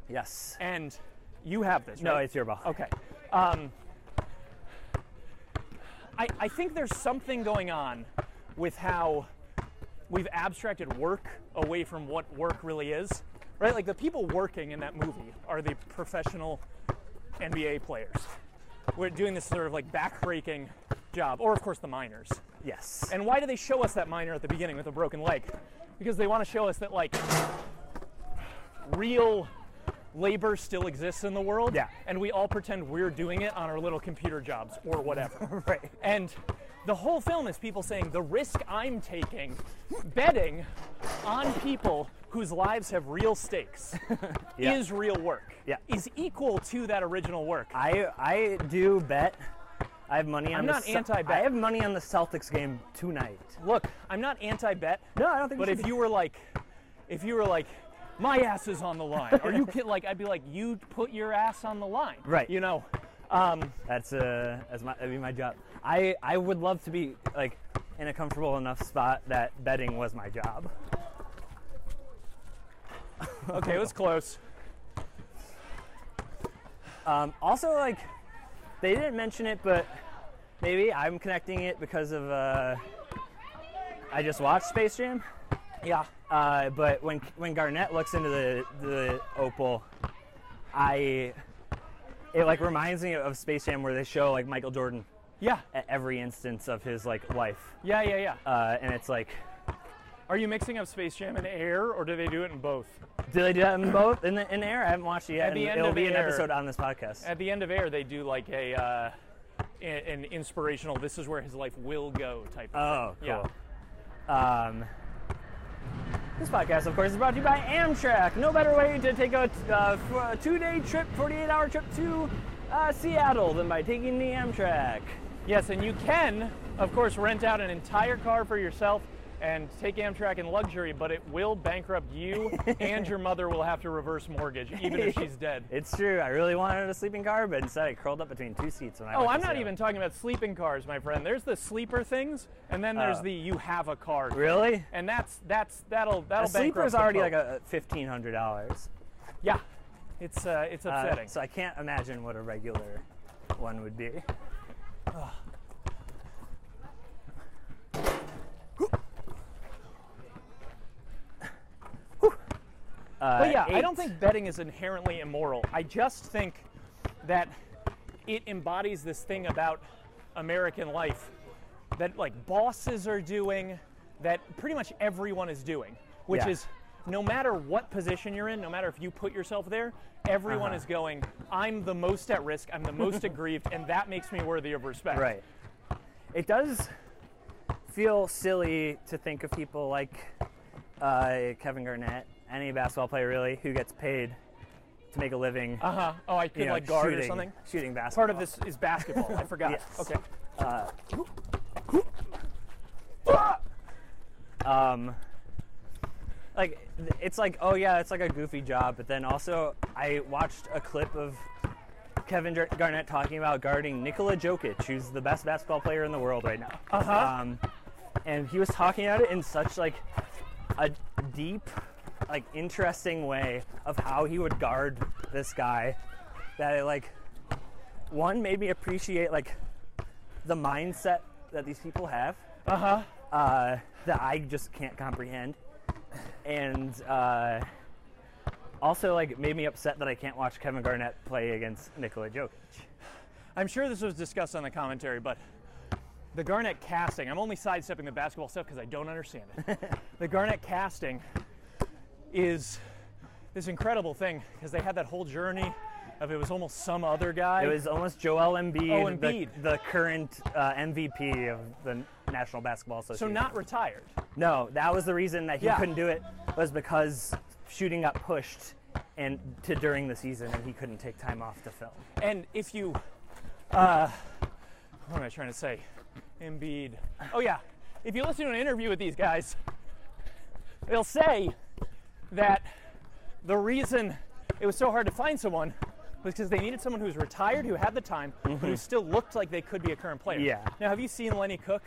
[SPEAKER 1] Yes.
[SPEAKER 2] And you have this.
[SPEAKER 1] No,
[SPEAKER 2] right?
[SPEAKER 1] it's your ball.
[SPEAKER 2] Okay. Um, I, I think there's something going on with how we've abstracted work away from what work really is, right? Like the people working in that movie are the professional NBA players. We're doing this sort of like backbreaking job, or of course the miners.
[SPEAKER 1] Yes.
[SPEAKER 2] And why do they show us that miner at the beginning with a broken leg? Because they want to show us that like real labor still exists in the world.
[SPEAKER 1] Yeah.
[SPEAKER 2] And we all pretend we're doing it on our little computer jobs or whatever.
[SPEAKER 1] right.
[SPEAKER 2] and the whole film is people saying the risk I'm taking betting on people whose lives have real stakes
[SPEAKER 1] Yeah.
[SPEAKER 2] is real work.
[SPEAKER 1] Yeah.
[SPEAKER 2] Is equal to that original work.
[SPEAKER 1] I I do bet. I have money on.
[SPEAKER 2] I'm
[SPEAKER 1] the
[SPEAKER 2] not
[SPEAKER 1] Cel-
[SPEAKER 2] anti-bet.
[SPEAKER 1] I have money on the Celtics game tonight.
[SPEAKER 2] Look, I'm not anti-bet.
[SPEAKER 1] No, I don't think. we
[SPEAKER 2] But
[SPEAKER 1] should
[SPEAKER 2] if
[SPEAKER 1] be-
[SPEAKER 2] you were like, if you were like, my ass is on the line, or you kid, like, I'd be like, you put your ass on the line,
[SPEAKER 1] Right.
[SPEAKER 2] You know, um,
[SPEAKER 1] That's uh, that's my that'd be my job. I I would love to be like in a comfortable enough spot that betting was my job.
[SPEAKER 2] okay, it was close.
[SPEAKER 1] Um, also like They didn't mention it, but maybe I'm connecting it because of uh, I just watched Space Jam.
[SPEAKER 2] Yeah.
[SPEAKER 1] Uh, but when when Garnett looks into the the opal, I it like reminds me of Space Jam where they show like Michael Jordan
[SPEAKER 2] Yeah.
[SPEAKER 1] at every instance of his like life,
[SPEAKER 2] Yeah, yeah, yeah.
[SPEAKER 1] uh, and it's like,
[SPEAKER 2] Are you mixing up Space Jam and Air, or do they do it in both?
[SPEAKER 1] do they do that in both in the in air? I haven't watched it yet.
[SPEAKER 2] At the
[SPEAKER 1] and
[SPEAKER 2] end
[SPEAKER 1] it'll
[SPEAKER 2] of
[SPEAKER 1] be an
[SPEAKER 2] Air-
[SPEAKER 1] episode on this podcast.
[SPEAKER 2] At the end of Air, they do like a uh, a- an inspirational "This is where his life will go" type. of
[SPEAKER 1] Oh,
[SPEAKER 2] Yeah.
[SPEAKER 1] cool. Um, this podcast, of course, is brought to you by Amtrak. No better way to take a, t- uh, f- a two-day trip, 48-hour trip to uh, Seattle than by taking the Amtrak.
[SPEAKER 2] Yes, and you can, of course, rent out an entire car for yourself and take Amtrak in luxury, but it will bankrupt you, and your mother will have to reverse mortgage, even if she's dead.
[SPEAKER 1] It's true. I really wanted a sleeping car, but instead I curled up between two seats when I.
[SPEAKER 2] Oh,
[SPEAKER 1] went to
[SPEAKER 2] I'm not
[SPEAKER 1] Seattle.
[SPEAKER 2] even talking about sleeping cars, my friend. There's the sleeper things, and then there's
[SPEAKER 1] Oh.
[SPEAKER 2] the you have a car,
[SPEAKER 1] Really?
[SPEAKER 2] and that's that's that'll that'll
[SPEAKER 1] A sleeper
[SPEAKER 2] bankrupt
[SPEAKER 1] is
[SPEAKER 2] the
[SPEAKER 1] already
[SPEAKER 2] folk.
[SPEAKER 1] like a fifteen hundred dollars.
[SPEAKER 2] yeah. It's uh, it's upsetting.
[SPEAKER 1] so I can't imagine what a regular one would be.
[SPEAKER 2] But yeah, I
[SPEAKER 1] eight.
[SPEAKER 2] don't think betting is inherently immoral. I just think that it embodies this thing about American life that like bosses are doing, that pretty much everyone is doing, which
[SPEAKER 1] Yeah.
[SPEAKER 2] is no matter what position you're in, no matter if you put yourself there, everyone
[SPEAKER 1] Uh-huh.
[SPEAKER 2] is going, I'm the most at risk, I'm the most aggrieved, and that makes me worthy of respect.
[SPEAKER 1] Right. It does feel silly to think of people like uh, Kevin Garnett, any basketball player really, who gets paid to make a living,
[SPEAKER 2] Uh huh. Oh, I could
[SPEAKER 1] you know,
[SPEAKER 2] like guard
[SPEAKER 1] shooting,
[SPEAKER 2] or something.
[SPEAKER 1] shooting basketball.
[SPEAKER 2] Part of this is basketball. I forgot.
[SPEAKER 1] Yes.
[SPEAKER 2] Okay.
[SPEAKER 1] um, like th- it's like oh yeah it's like a goofy job but then also i watched a clip of kevin Jar- garnett talking about guarding nikola jokic who's the best basketball player in the world right now
[SPEAKER 2] Uh-huh.
[SPEAKER 1] um, and he was talking about it in such like a deep like interesting way of how he would guard this guy that it like one made me appreciate like the mindset that these people have
[SPEAKER 2] Uh huh.
[SPEAKER 1] uh, that I just can't comprehend, and uh, also like made me upset that I can't watch Kevin Garnett play against Nikola Jokic.
[SPEAKER 2] I'm sure this was discussed on the commentary, but the Garnett casting, I'm only sidestepping the basketball stuff because I don't understand it. the Garnett casting is this incredible thing because they had that whole journey of it was almost some other guy.
[SPEAKER 1] It was almost Joel Embiid,
[SPEAKER 2] Oh,
[SPEAKER 1] the-
[SPEAKER 2] Embiid.
[SPEAKER 1] The, current uh, MVP of the National Basketball
[SPEAKER 2] so
[SPEAKER 1] Association.
[SPEAKER 2] not retired.
[SPEAKER 1] no, that was the reason that he
[SPEAKER 2] Yeah.
[SPEAKER 1] couldn't do it was because shooting got pushed and to during the season, and he couldn't take time off to film.
[SPEAKER 2] And if you, uh, what am I trying to say? Embiid. Oh yeah, if you listen to an interview with these guys, they'll say that the reason it was so hard to find someone was because they needed someone who was retired, who had the time, but who still looked like they could be a current player.
[SPEAKER 1] Mm-hmm. Yeah.
[SPEAKER 2] Now, have you seen Lenny Cook,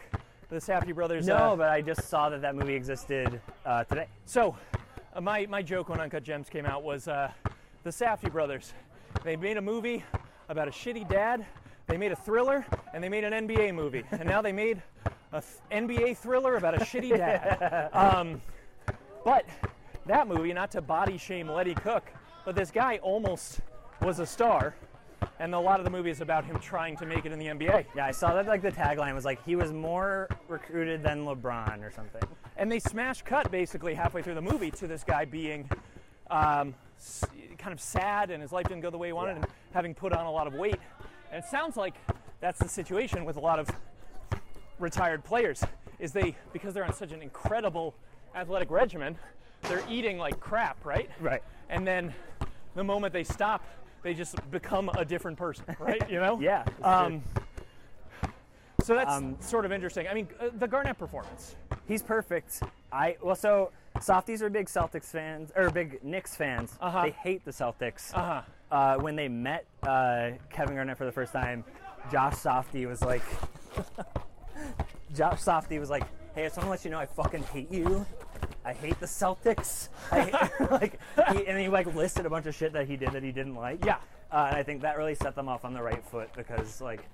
[SPEAKER 2] the Safdie brothers?
[SPEAKER 1] No,
[SPEAKER 2] uh,
[SPEAKER 1] but I just saw that that movie existed uh, today.
[SPEAKER 2] so, uh, my, my joke when Uncut Gems came out was uh, the Safdie brothers. They made a movie about a shitty dad, they made a thriller, and they made an NBA movie. And now they made an NBA thriller about a shitty dad. Um, but that movie, not to body shame Letty Cook, but this guy almost was a star. And a lot of the movie is about him trying to make it in the NBA.
[SPEAKER 1] Yeah, I saw that. Like the tagline was like he was more recruited than LeBron or something.
[SPEAKER 2] and they smash cut basically halfway through the movie to this guy being um, s- kind of sad and his life didn't go the way he wanted
[SPEAKER 1] Yeah.
[SPEAKER 2] and having put on a lot of weight and it sounds like that's the situation with a lot of retired players is they because they're on such an incredible athletic regimen they're eating like crap right
[SPEAKER 1] Right.
[SPEAKER 2] and then the moment they stop they just become a different person right you know
[SPEAKER 1] Yeah. it's
[SPEAKER 2] um, so that's
[SPEAKER 1] Um,
[SPEAKER 2] sort of interesting i mean uh, the garnett performance
[SPEAKER 1] true. he's perfect. I well, so softies are big Celtics fans or big Knicks fans.
[SPEAKER 2] Uh-huh.
[SPEAKER 1] They hate the Celtics.
[SPEAKER 2] uh-huh
[SPEAKER 1] Uh, when they met uh, Kevin Garnett for the first time, Josh Softy was like, Josh Softy was like, "Hey, I just want to let you know I fucking hate you. I hate the Celtics. I hate, like, he, and he like listed a bunch of shit that he did that he didn't like.
[SPEAKER 2] Yeah.
[SPEAKER 1] Uh, and I think that really set them off on the right foot because, like,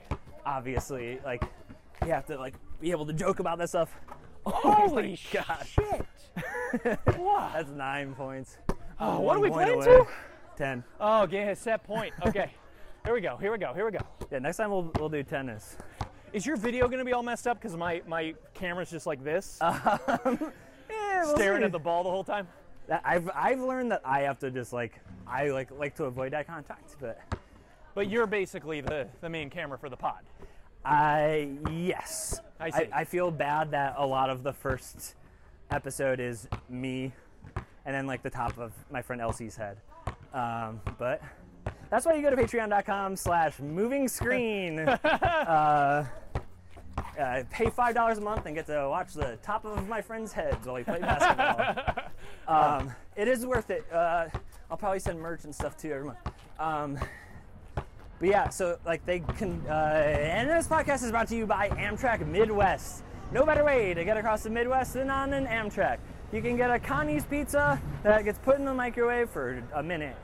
[SPEAKER 1] obviously, like, you have to like be able to joke about this stuff.
[SPEAKER 2] Holy
[SPEAKER 1] gosh.
[SPEAKER 2] shit! Wow.
[SPEAKER 1] That's nine points.
[SPEAKER 2] Oh, what are we
[SPEAKER 1] One
[SPEAKER 2] playing
[SPEAKER 1] point
[SPEAKER 2] to?
[SPEAKER 1] away. Ten.
[SPEAKER 2] Oh, okay, it's that point. Okay. Here we go. Here we go. Here we go.
[SPEAKER 1] Yeah, next time we'll we'll do tennis.
[SPEAKER 2] Is your video gonna be all messed up because my my camera's just like this,
[SPEAKER 1] Um, Yeah, we'll
[SPEAKER 2] staring
[SPEAKER 1] see.
[SPEAKER 2] at the ball the whole time?
[SPEAKER 1] That- I've I've learned that I have to just like I like like to avoid eye contact, but
[SPEAKER 2] But you're basically the the main camera for the pod.
[SPEAKER 1] I yes.
[SPEAKER 2] I see.
[SPEAKER 1] I, feel bad that a lot of the first episode is me, and then like the top of my friend Elsie's head. Um, but that's why you go to Patreon.com/slash Moving Screen. uh, uh, pay five dollars a month and get to watch the top of my friend's heads while we play basketball. um, it is worth it. Uh, I'll probably send merch and stuff too every month. Um, but yeah, so like they can, uh, and this podcast is brought to you by Amtrak Midwest. No better way to get across the Midwest than on an Amtrak. You can get a Connie's pizza that gets put in the microwave for a minute.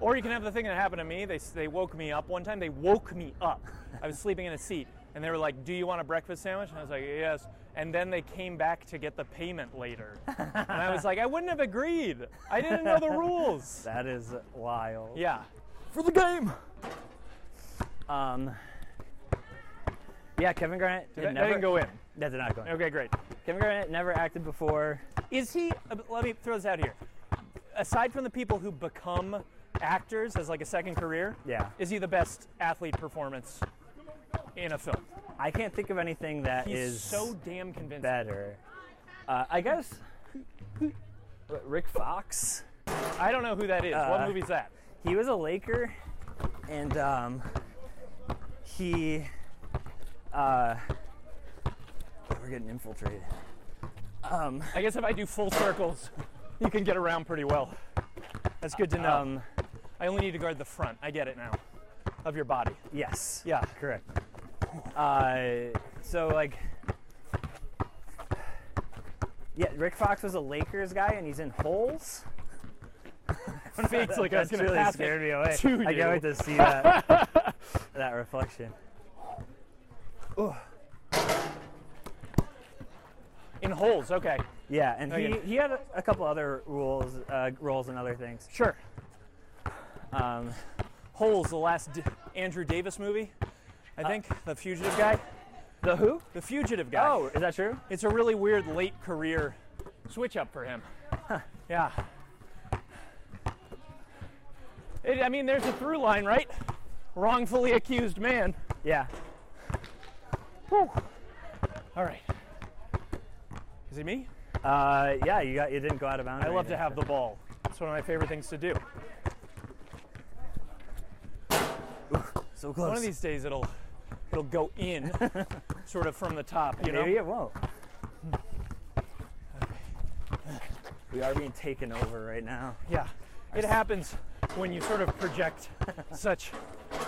[SPEAKER 2] Or you can have the thing that happened to me. They, they woke me up one time. They woke me up. I was sleeping in a seat, and they were like, "Do you want a breakfast sandwich?" And I was like, "Yes." And then they came back to get the payment later, and I was like, "I wouldn't have agreed. I didn't know the rules."
[SPEAKER 1] That is wild.
[SPEAKER 2] Yeah.
[SPEAKER 1] for the game. Um. Yeah, Kevin Grant. had
[SPEAKER 2] Did that, that
[SPEAKER 1] never,
[SPEAKER 2] didn't go in.
[SPEAKER 1] That did not go. in.
[SPEAKER 2] Okay, great.
[SPEAKER 1] Kevin Grant never acted before.
[SPEAKER 2] Is he? uh, Let me throw this out here. Aside from the people who become actors as like a second career,
[SPEAKER 1] Yeah.
[SPEAKER 2] is he the best athlete performance in a film?
[SPEAKER 1] I can't think of anything that
[SPEAKER 2] He's
[SPEAKER 1] is
[SPEAKER 2] so damn convincing.
[SPEAKER 1] better. Uh, I guess Rick Fox.
[SPEAKER 2] I don't know who that is. what
[SPEAKER 1] Uh,
[SPEAKER 2] movie's that?
[SPEAKER 1] He was a Laker, and um, he uh, we're getting infiltrated. Um,
[SPEAKER 2] I guess if I do full circles, you can get around pretty well. That's good to know.
[SPEAKER 1] um,
[SPEAKER 2] I only need to guard the front. I get it now. Of your body.
[SPEAKER 1] yes.
[SPEAKER 2] Yeah.
[SPEAKER 1] Correct. Uh, so like, yeah, Rick Fox was a Lakers guy, and he's in holes.
[SPEAKER 2] Fakes like I was
[SPEAKER 1] That's
[SPEAKER 2] gonna
[SPEAKER 1] really
[SPEAKER 2] pass
[SPEAKER 1] scared
[SPEAKER 2] it.
[SPEAKER 1] me away.
[SPEAKER 2] to
[SPEAKER 1] I
[SPEAKER 2] you.
[SPEAKER 1] can't wait to see that that reflection.
[SPEAKER 2] In holes. Okay.
[SPEAKER 1] Yeah, and he,
[SPEAKER 2] Okay.
[SPEAKER 1] he had a, a couple other rules, uh, roles and other things.
[SPEAKER 2] Sure.
[SPEAKER 1] Um,
[SPEAKER 2] Holes. The last D- Andrew Davis movie. I think the fugitive guy.
[SPEAKER 1] Uh, the Who?
[SPEAKER 2] The fugitive guy.
[SPEAKER 1] Oh, is that true?
[SPEAKER 2] It's a really weird late career switch up for him. Yeah. It, I mean, there's a through line, right? Wrongfully accused man.
[SPEAKER 1] Yeah.
[SPEAKER 2] All right. Is it me?
[SPEAKER 1] Uh, yeah, you got you didn't go out of bounds.
[SPEAKER 2] I
[SPEAKER 1] or
[SPEAKER 2] love to
[SPEAKER 1] anything.
[SPEAKER 2] have the ball. It's one of my favorite things to do.
[SPEAKER 1] so close.
[SPEAKER 2] One of these days it'll it'll go in sort of from the top, you know.
[SPEAKER 1] Maybe it won't. We are being taken over right now.
[SPEAKER 2] Yeah. It happens when you sort of project such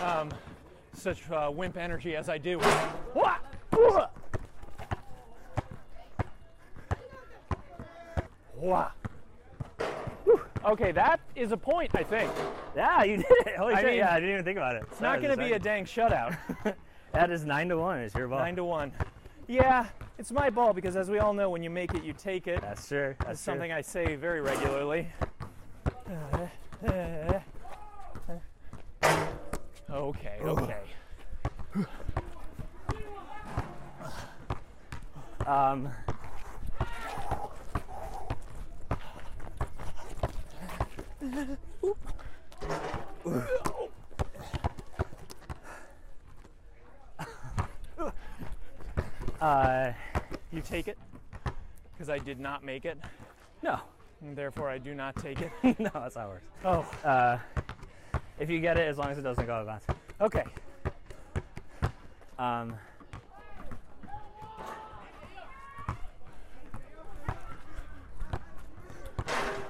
[SPEAKER 2] um, such uh, wimp energy as I do. Wah! Wah! Wah! Whew. Okay, that is a point, I think.
[SPEAKER 1] Yeah, you did it. Holy
[SPEAKER 2] I
[SPEAKER 1] shit!
[SPEAKER 2] mean,
[SPEAKER 1] yeah, I didn't even think about it.
[SPEAKER 2] It's not going to be a dang shutout.
[SPEAKER 1] That is nine to one. It's your ball.
[SPEAKER 2] Nine to one. Yeah, it's my ball because, as we all know, when you make it, you take it.
[SPEAKER 1] That's true. That's
[SPEAKER 2] That's something I say very regularly. Okay,
[SPEAKER 1] Oh.
[SPEAKER 2] okay.
[SPEAKER 1] True. Um, uh,
[SPEAKER 2] You take it? Because I did not make it,
[SPEAKER 1] no,
[SPEAKER 2] and therefore I do not take it.
[SPEAKER 1] no, that's how it works.
[SPEAKER 2] Oh,
[SPEAKER 1] Uh, if you get it, as long as it doesn't go out of bounds.
[SPEAKER 2] okay.
[SPEAKER 1] Um,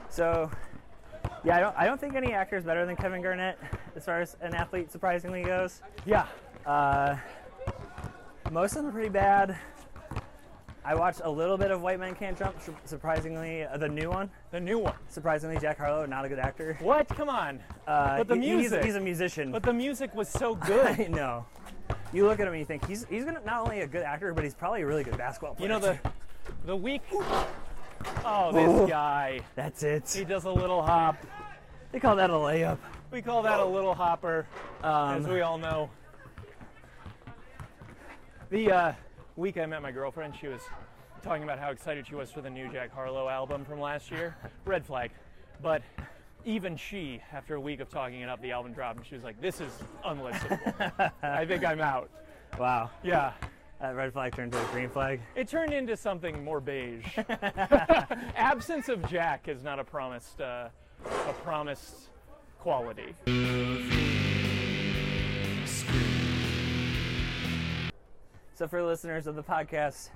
[SPEAKER 1] so, yeah, I don't, I don't think any actor is better than Kevin Garnett as far as an athlete surprisingly goes.
[SPEAKER 2] Yeah.
[SPEAKER 1] Uh, most of them are pretty bad. I watched a little bit of White Men Can't Jump. su- Surprisingly, uh, the new one.
[SPEAKER 2] The new one.
[SPEAKER 1] Surprisingly, Jack Harlow, not a good actor.
[SPEAKER 2] What? Come on.
[SPEAKER 1] Uh,
[SPEAKER 2] but the
[SPEAKER 1] he- he's-
[SPEAKER 2] music.
[SPEAKER 1] He's, a musician.
[SPEAKER 2] but the music was so
[SPEAKER 1] I
[SPEAKER 2] good.
[SPEAKER 1] know. You look at him and you think he's he's gonna not only a good actor, but he's probably a really good basketball
[SPEAKER 2] you
[SPEAKER 1] player.
[SPEAKER 2] know the the week. Oh, this guy.
[SPEAKER 1] That's
[SPEAKER 2] He
[SPEAKER 1] it.
[SPEAKER 2] does a little hop.
[SPEAKER 1] They call that a layup.
[SPEAKER 2] We call that a little hopper, as we all know. The uh, week I met my girlfriend, she was talking about how excited she was for the new Jack Harlow album from last year. Red flag. But even she, after a week of talking it up, the album dropped, and she was like, "This is unlistenable. I think I'm out."
[SPEAKER 1] Wow.
[SPEAKER 2] Yeah.
[SPEAKER 1] That red flag turned to a green flag.
[SPEAKER 2] It turned into something more beige. Absence of Jack is not a promised, uh, a promised quality.
[SPEAKER 1] So for listeners of the podcast,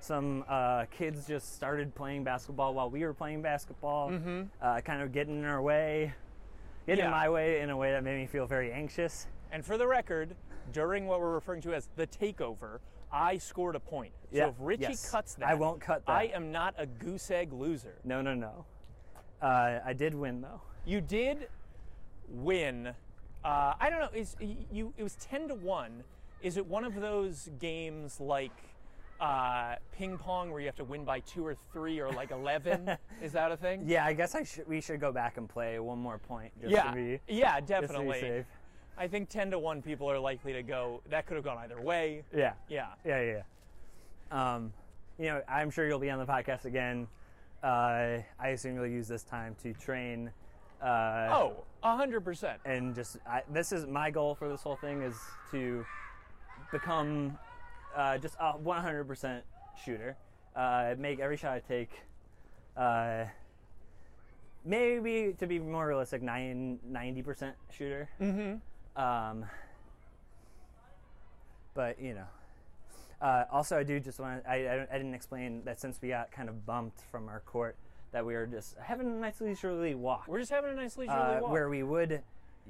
[SPEAKER 1] some uh, kids just started playing basketball while we were playing basketball, uh, kind of getting in our way, getting
[SPEAKER 2] Yeah.
[SPEAKER 1] in my way in a way that made me feel very anxious.
[SPEAKER 2] And for the record, during what we're referring to as the takeover, I scored a point.
[SPEAKER 1] Yeah,
[SPEAKER 2] So if Richie
[SPEAKER 1] yes.
[SPEAKER 2] cuts that,
[SPEAKER 1] I won't cut that.
[SPEAKER 2] I am not a goose egg loser.
[SPEAKER 1] No, no, no. Uh, I did win though.
[SPEAKER 2] You did win. Uh, I don't know. Is you? It was ten to one. Is it one of those games like uh, ping pong where you have to win by two or three or like eleven? is that a thing?
[SPEAKER 1] Yeah, I guess I should. We should go back and play one more point. Just
[SPEAKER 2] Yeah.
[SPEAKER 1] To be,
[SPEAKER 2] yeah.
[SPEAKER 1] just to be
[SPEAKER 2] Definitely.
[SPEAKER 1] safe.
[SPEAKER 2] I think ten to one people are likely to go. That could have gone either way.
[SPEAKER 1] Yeah.
[SPEAKER 2] Yeah.
[SPEAKER 1] Yeah. Yeah. yeah. Um, you know, I'm sure you'll be on the podcast again. Uh, I assume you'll use this time to train. Uh,
[SPEAKER 2] Oh, hundred percent.
[SPEAKER 1] and just I, this is my goal for this whole thing is to become uh, just a 100% shooter. Uh, make every shot I take. Uh, maybe to be more realistic, nine, 90% shooter. Mm-hmm. Um, but you know. Uh, also, I do just want I, I, don't- I didn't explain that since we got kind of bumped from our court that we were just having a nice leisurely walk
[SPEAKER 2] We're just having a nice leisurely
[SPEAKER 1] uh,
[SPEAKER 2] walk.
[SPEAKER 1] where we would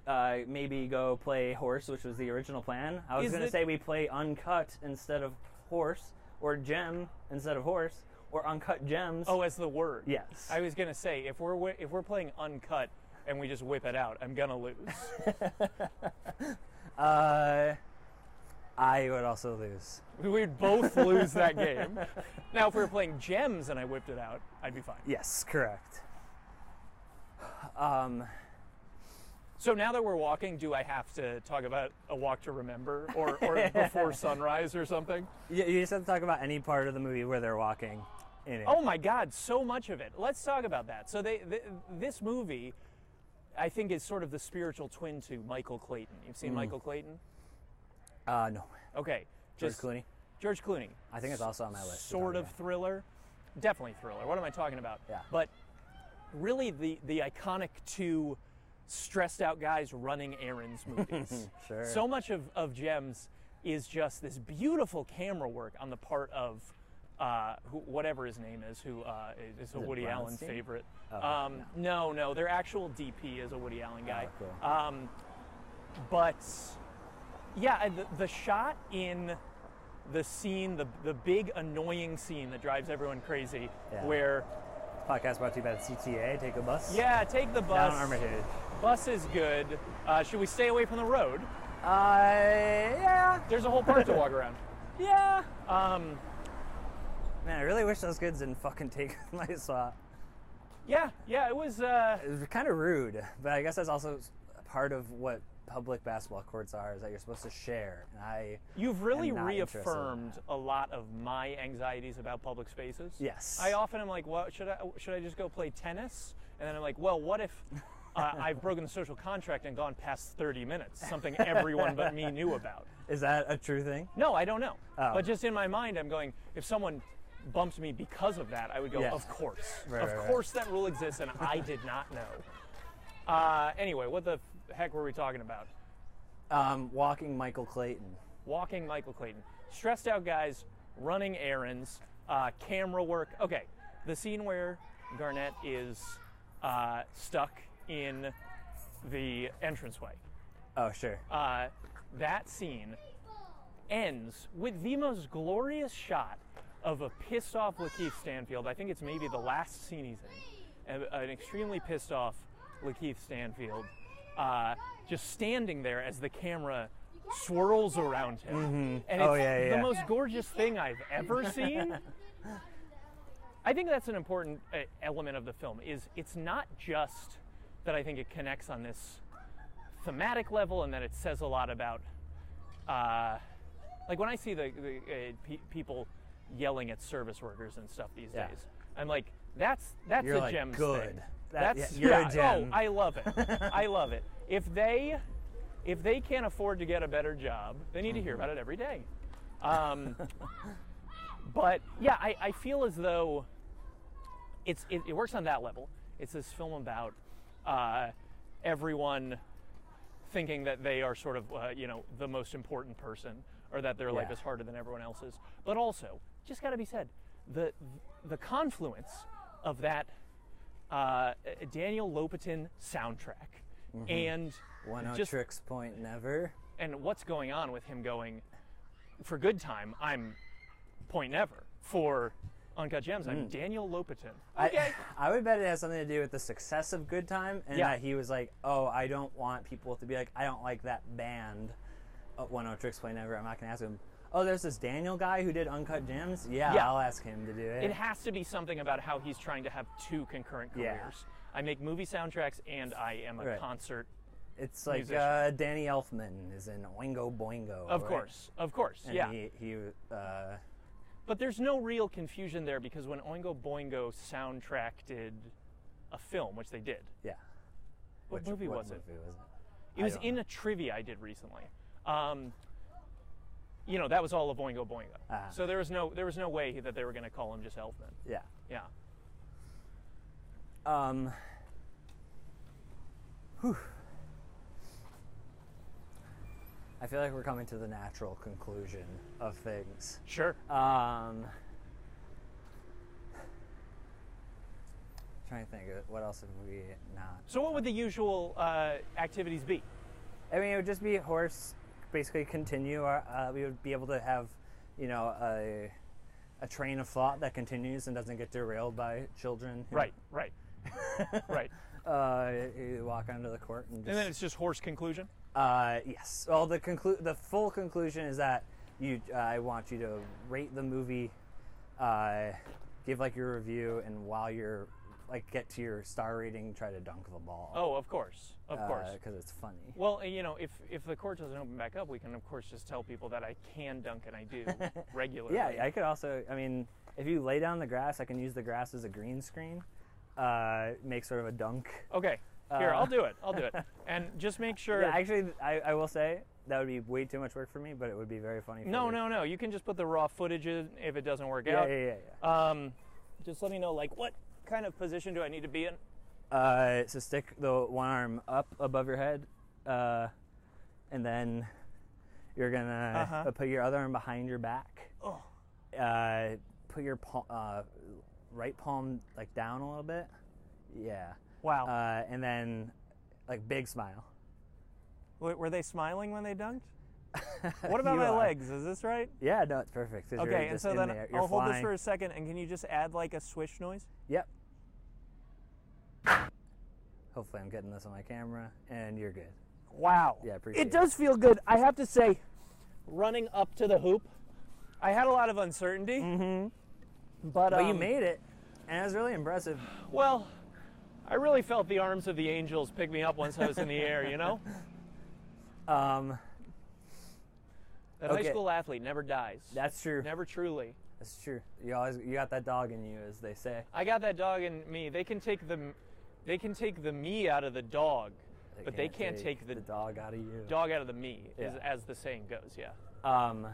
[SPEAKER 1] uh, maybe go play horse, which was the original plan. I was
[SPEAKER 2] Is
[SPEAKER 1] going to
[SPEAKER 2] it-
[SPEAKER 1] say we play uncut instead of horse, or gem instead of horse, or uncut gems.
[SPEAKER 2] oh, as the word.
[SPEAKER 1] Yes.
[SPEAKER 2] I was gonna say if we're wi- if we're playing uncut and we just whip it out, I'm gonna lose.
[SPEAKER 1] uh, I would also lose.
[SPEAKER 2] We'd both lose that game. Now, if we were playing gems and I whipped it out, I'd be fine.
[SPEAKER 1] Yes, correct. Um,
[SPEAKER 2] So now that we're walking, do I have to talk about a walk to remember or, or before sunrise or something?
[SPEAKER 1] you, you just have to talk about any part of the movie where they're walking in it.
[SPEAKER 2] Oh my God, so much of it. Let's talk about that. So they, th this movie, I think, is sort of the spiritual twin to Michael Clayton. You've
[SPEAKER 1] Mm.
[SPEAKER 2] seen Michael Clayton?
[SPEAKER 1] uh, no.
[SPEAKER 2] Okay.
[SPEAKER 1] George
[SPEAKER 2] Just
[SPEAKER 1] Clooney.
[SPEAKER 2] George Clooney.
[SPEAKER 1] I think it's also on my list.
[SPEAKER 2] Sort of thriller, definitely thriller. What am I talking about?
[SPEAKER 1] Yeah.
[SPEAKER 2] But really, the the iconic two stressed out guys running errands movies.
[SPEAKER 1] Sure.
[SPEAKER 2] So much of of Gems is just this beautiful camera work on the part of. Uh, who, whatever his name is, who uh, is is a
[SPEAKER 1] it Oh,
[SPEAKER 2] Woody Allen
[SPEAKER 1] Bronstein?
[SPEAKER 2] favorite? um, no. no, their actual DP is a Woody Allen guy.
[SPEAKER 1] Oh, cool.
[SPEAKER 2] um, but yeah, I- the, the shot in the scene, the, the big annoying scene that drives everyone crazy,
[SPEAKER 1] Yeah.
[SPEAKER 2] where,
[SPEAKER 1] Podcast brought to you by the CTA. Take a bus.
[SPEAKER 2] uh, yeah, take the
[SPEAKER 1] Down
[SPEAKER 2] bus.
[SPEAKER 1] Armitage.
[SPEAKER 2] Bus is good. Uh, should we stay away from the road?
[SPEAKER 1] Uh, yeah.
[SPEAKER 2] There's a whole park to walk around.
[SPEAKER 1] Yeah.
[SPEAKER 2] Um,
[SPEAKER 1] Man, I really wish those kids didn't fucking take my spot.
[SPEAKER 2] yeah, yeah, it was. Uh,
[SPEAKER 1] It was kind of rude, but I guess that's also s- part of what public basketball courts are is that you're supposed to share. And I,
[SPEAKER 2] You've really
[SPEAKER 1] am not interested in
[SPEAKER 2] reaffirmed a lot of my anxieties about public spaces.
[SPEAKER 1] Yes.
[SPEAKER 2] I often am like, well, should I should I just go play tennis? And then I'm like, well, what if uh, I've broken the social contract and gone past 30 minutes? Something everyone but me knew about.
[SPEAKER 1] is that a true thing?
[SPEAKER 2] No, I don't know.
[SPEAKER 1] Oh.
[SPEAKER 2] But just in my mind, I'm going, if someone bumped me because of that, I would go,
[SPEAKER 1] Yeah.
[SPEAKER 2] of course.
[SPEAKER 1] Right,
[SPEAKER 2] of
[SPEAKER 1] right, right.
[SPEAKER 2] course that rule exists and I did not know. Uh, anyway, what the heck were we talking about?
[SPEAKER 1] Um, walking Michael Clayton.
[SPEAKER 2] walking Michael Clayton. Stressed out guys, running errands, uh, camera work. Okay, the scene where Garnett is uh, stuck in the entranceway.
[SPEAKER 1] Oh, sure.
[SPEAKER 2] Uh, that scene ends with the most glorious shot of a pissed off Lakeith Stanfield. I think it's maybe the last scene he's in. A- An extremely pissed off Lakeith Stanfield, uh, just standing there as the camera swirls around him, and it's
[SPEAKER 1] Oh, yeah, yeah,
[SPEAKER 2] the
[SPEAKER 1] yeah.
[SPEAKER 2] most gorgeous thing I've ever seen. I think that's an important uh, element of the film. Is it's not just that I think it connects on this thematic level, and that it says a lot about uh, like when I see the, the uh, pe- people yelling at service workers and stuff these
[SPEAKER 1] Yeah.
[SPEAKER 2] days, I'm like, that's that's
[SPEAKER 1] You're
[SPEAKER 2] a
[SPEAKER 1] like,
[SPEAKER 2] gems
[SPEAKER 1] good.
[SPEAKER 2] thing.
[SPEAKER 1] That-
[SPEAKER 2] that's
[SPEAKER 1] yeah, you're a
[SPEAKER 2] Oh,
[SPEAKER 1] gem.
[SPEAKER 2] I love it. I love it. If they if they can't afford to get a better job, they need to hear about
[SPEAKER 1] Mm-hmm.
[SPEAKER 2] it every day. Um, but yeah, I, I feel as though it's it, it works on that level. It's this film about uh, everyone thinking that they are sort of uh, you know the most important person or that their life
[SPEAKER 1] Yeah.
[SPEAKER 2] is harder than everyone else's. But also, just got to be said, the the confluence of that uh, Daniel Lopatin soundtrack and
[SPEAKER 1] Mm-hmm. One oh
[SPEAKER 2] just
[SPEAKER 1] tricks point never.
[SPEAKER 2] and what's going on with him going for good time i'm point never for uncut gems i'm daniel lopatin okay
[SPEAKER 1] Mm. I, I would bet it has something to do with the success of Good Time and
[SPEAKER 2] Yeah.
[SPEAKER 1] that he was like, oh, I don't want people to be like, I don't like that band. Uh, One O Tricks Play Never. I'm not gonna ask him. Oh, there's this Daniel guy who did Uncut Gems. Yeah,
[SPEAKER 2] Yeah.
[SPEAKER 1] I'll ask him to do it.
[SPEAKER 2] it has to be something about how he's trying to have two concurrent
[SPEAKER 1] Yeah.
[SPEAKER 2] careers i make movie soundtracks and i am a
[SPEAKER 1] Right.
[SPEAKER 2] concert
[SPEAKER 1] it's like
[SPEAKER 2] musician.
[SPEAKER 1] uh, Danny Elfman is in Oingo Boingo.
[SPEAKER 2] of
[SPEAKER 1] right?
[SPEAKER 2] course of course
[SPEAKER 1] And
[SPEAKER 2] yeah
[SPEAKER 1] He, he uh,
[SPEAKER 2] but there's no real confusion there because when oingo boingo soundtrack did a film which they did
[SPEAKER 1] yeah.
[SPEAKER 2] what movie was it
[SPEAKER 1] Movie was
[SPEAKER 2] It was
[SPEAKER 1] don't
[SPEAKER 2] in a trivia I did recently. Um, you know, that was all of Boingo Boingo.
[SPEAKER 1] Ah.
[SPEAKER 2] So there was no there was no way that they were going to call him just Elfman.
[SPEAKER 1] it? Yeah.
[SPEAKER 2] Yeah.
[SPEAKER 1] Um, whew. I feel like we're coming to the natural conclusion of things.
[SPEAKER 2] Sure.
[SPEAKER 1] Um, trying to think of what else have we not.
[SPEAKER 2] So what would the usual uh, activities be?
[SPEAKER 1] I mean, it would just be horse. Basically, continue. Our, uh, we would be able to have, you know, a a train of thought that continues and doesn't get derailed by children. who,
[SPEAKER 2] Right. Right. right.
[SPEAKER 1] Uh, who walk onto the court and just.
[SPEAKER 2] And then it's just horse conclusion.
[SPEAKER 1] Uh, yes. Well, the conclu- the full conclusion is that you. Uh, I want you to rate the movie, uh, give like your review, and while you're like get to your star rating, try to dunk the ball.
[SPEAKER 2] Oh, of course. Of course.
[SPEAKER 1] because it's funny.
[SPEAKER 2] Well, uh, you know, if if the court doesn't open back up, we can of course just tell people that I can dunk and I do regularly.
[SPEAKER 1] Yeah, I could also. I mean, if you lay down the grass, I can use the grass as a green screen. Uh, make sort of a dunk.
[SPEAKER 2] Okay. Here,
[SPEAKER 1] Uh,
[SPEAKER 2] I'll do it. I'll do it. And just make sure.
[SPEAKER 1] Yeah, actually, I, I will say that would be way too much work for me, but it would be very funny. For
[SPEAKER 2] No,
[SPEAKER 1] you.
[SPEAKER 2] no, no. You can just put the raw footage in if it doesn't work
[SPEAKER 1] Yeah,
[SPEAKER 2] out.
[SPEAKER 1] yeah, yeah.
[SPEAKER 2] Um, just let me know, like, what kind of position do I need to be in?
[SPEAKER 1] yeah. Uh, so stick the one arm up above your head, uh, and then you're gonna
[SPEAKER 2] Uh-huh.
[SPEAKER 1] uh, put your other arm behind your back.
[SPEAKER 2] Oh.
[SPEAKER 1] Uh, put your palm, uh, right palm like down a little bit. Yeah.
[SPEAKER 2] Wow.
[SPEAKER 1] Uh, and then, like big smile.
[SPEAKER 2] W- were they smiling when they dunked? What about
[SPEAKER 1] You
[SPEAKER 2] my
[SPEAKER 1] are.
[SPEAKER 2] legs? Is this right?
[SPEAKER 1] Yeah, no, it's perfect. 'cause you're
[SPEAKER 2] Okay, and
[SPEAKER 1] just
[SPEAKER 2] so
[SPEAKER 1] in
[SPEAKER 2] then
[SPEAKER 1] the air. You're
[SPEAKER 2] I'll hold this
[SPEAKER 1] flying.
[SPEAKER 2] for a second, and can you just add like a swish noise?
[SPEAKER 1] Yep. Hopefully, I'm getting this on my camera, and you're good.
[SPEAKER 2] Wow.
[SPEAKER 1] Yeah, I appreciate
[SPEAKER 2] it does feel good. I have to say, running up to the hoop, I had a lot of uncertainty. Mm-hmm. But,
[SPEAKER 1] But you
[SPEAKER 2] um,
[SPEAKER 1] made it, and it was really impressive.
[SPEAKER 2] Well, I really felt the arms of the angels pick me up once I was in the air, you know?
[SPEAKER 1] Um,
[SPEAKER 2] That high
[SPEAKER 1] Okay.
[SPEAKER 2] school athlete never dies.
[SPEAKER 1] that's true.
[SPEAKER 2] never truly.
[SPEAKER 1] That's true. You always you got that dog in you, as they say.
[SPEAKER 2] I got that dog in me. They can take the, they can take the me out of the dog, but they can't take, the,
[SPEAKER 1] the dog out of you.
[SPEAKER 2] dog out of the me, is,
[SPEAKER 1] Yeah.
[SPEAKER 2] as the saying goes. Yeah.
[SPEAKER 1] Um,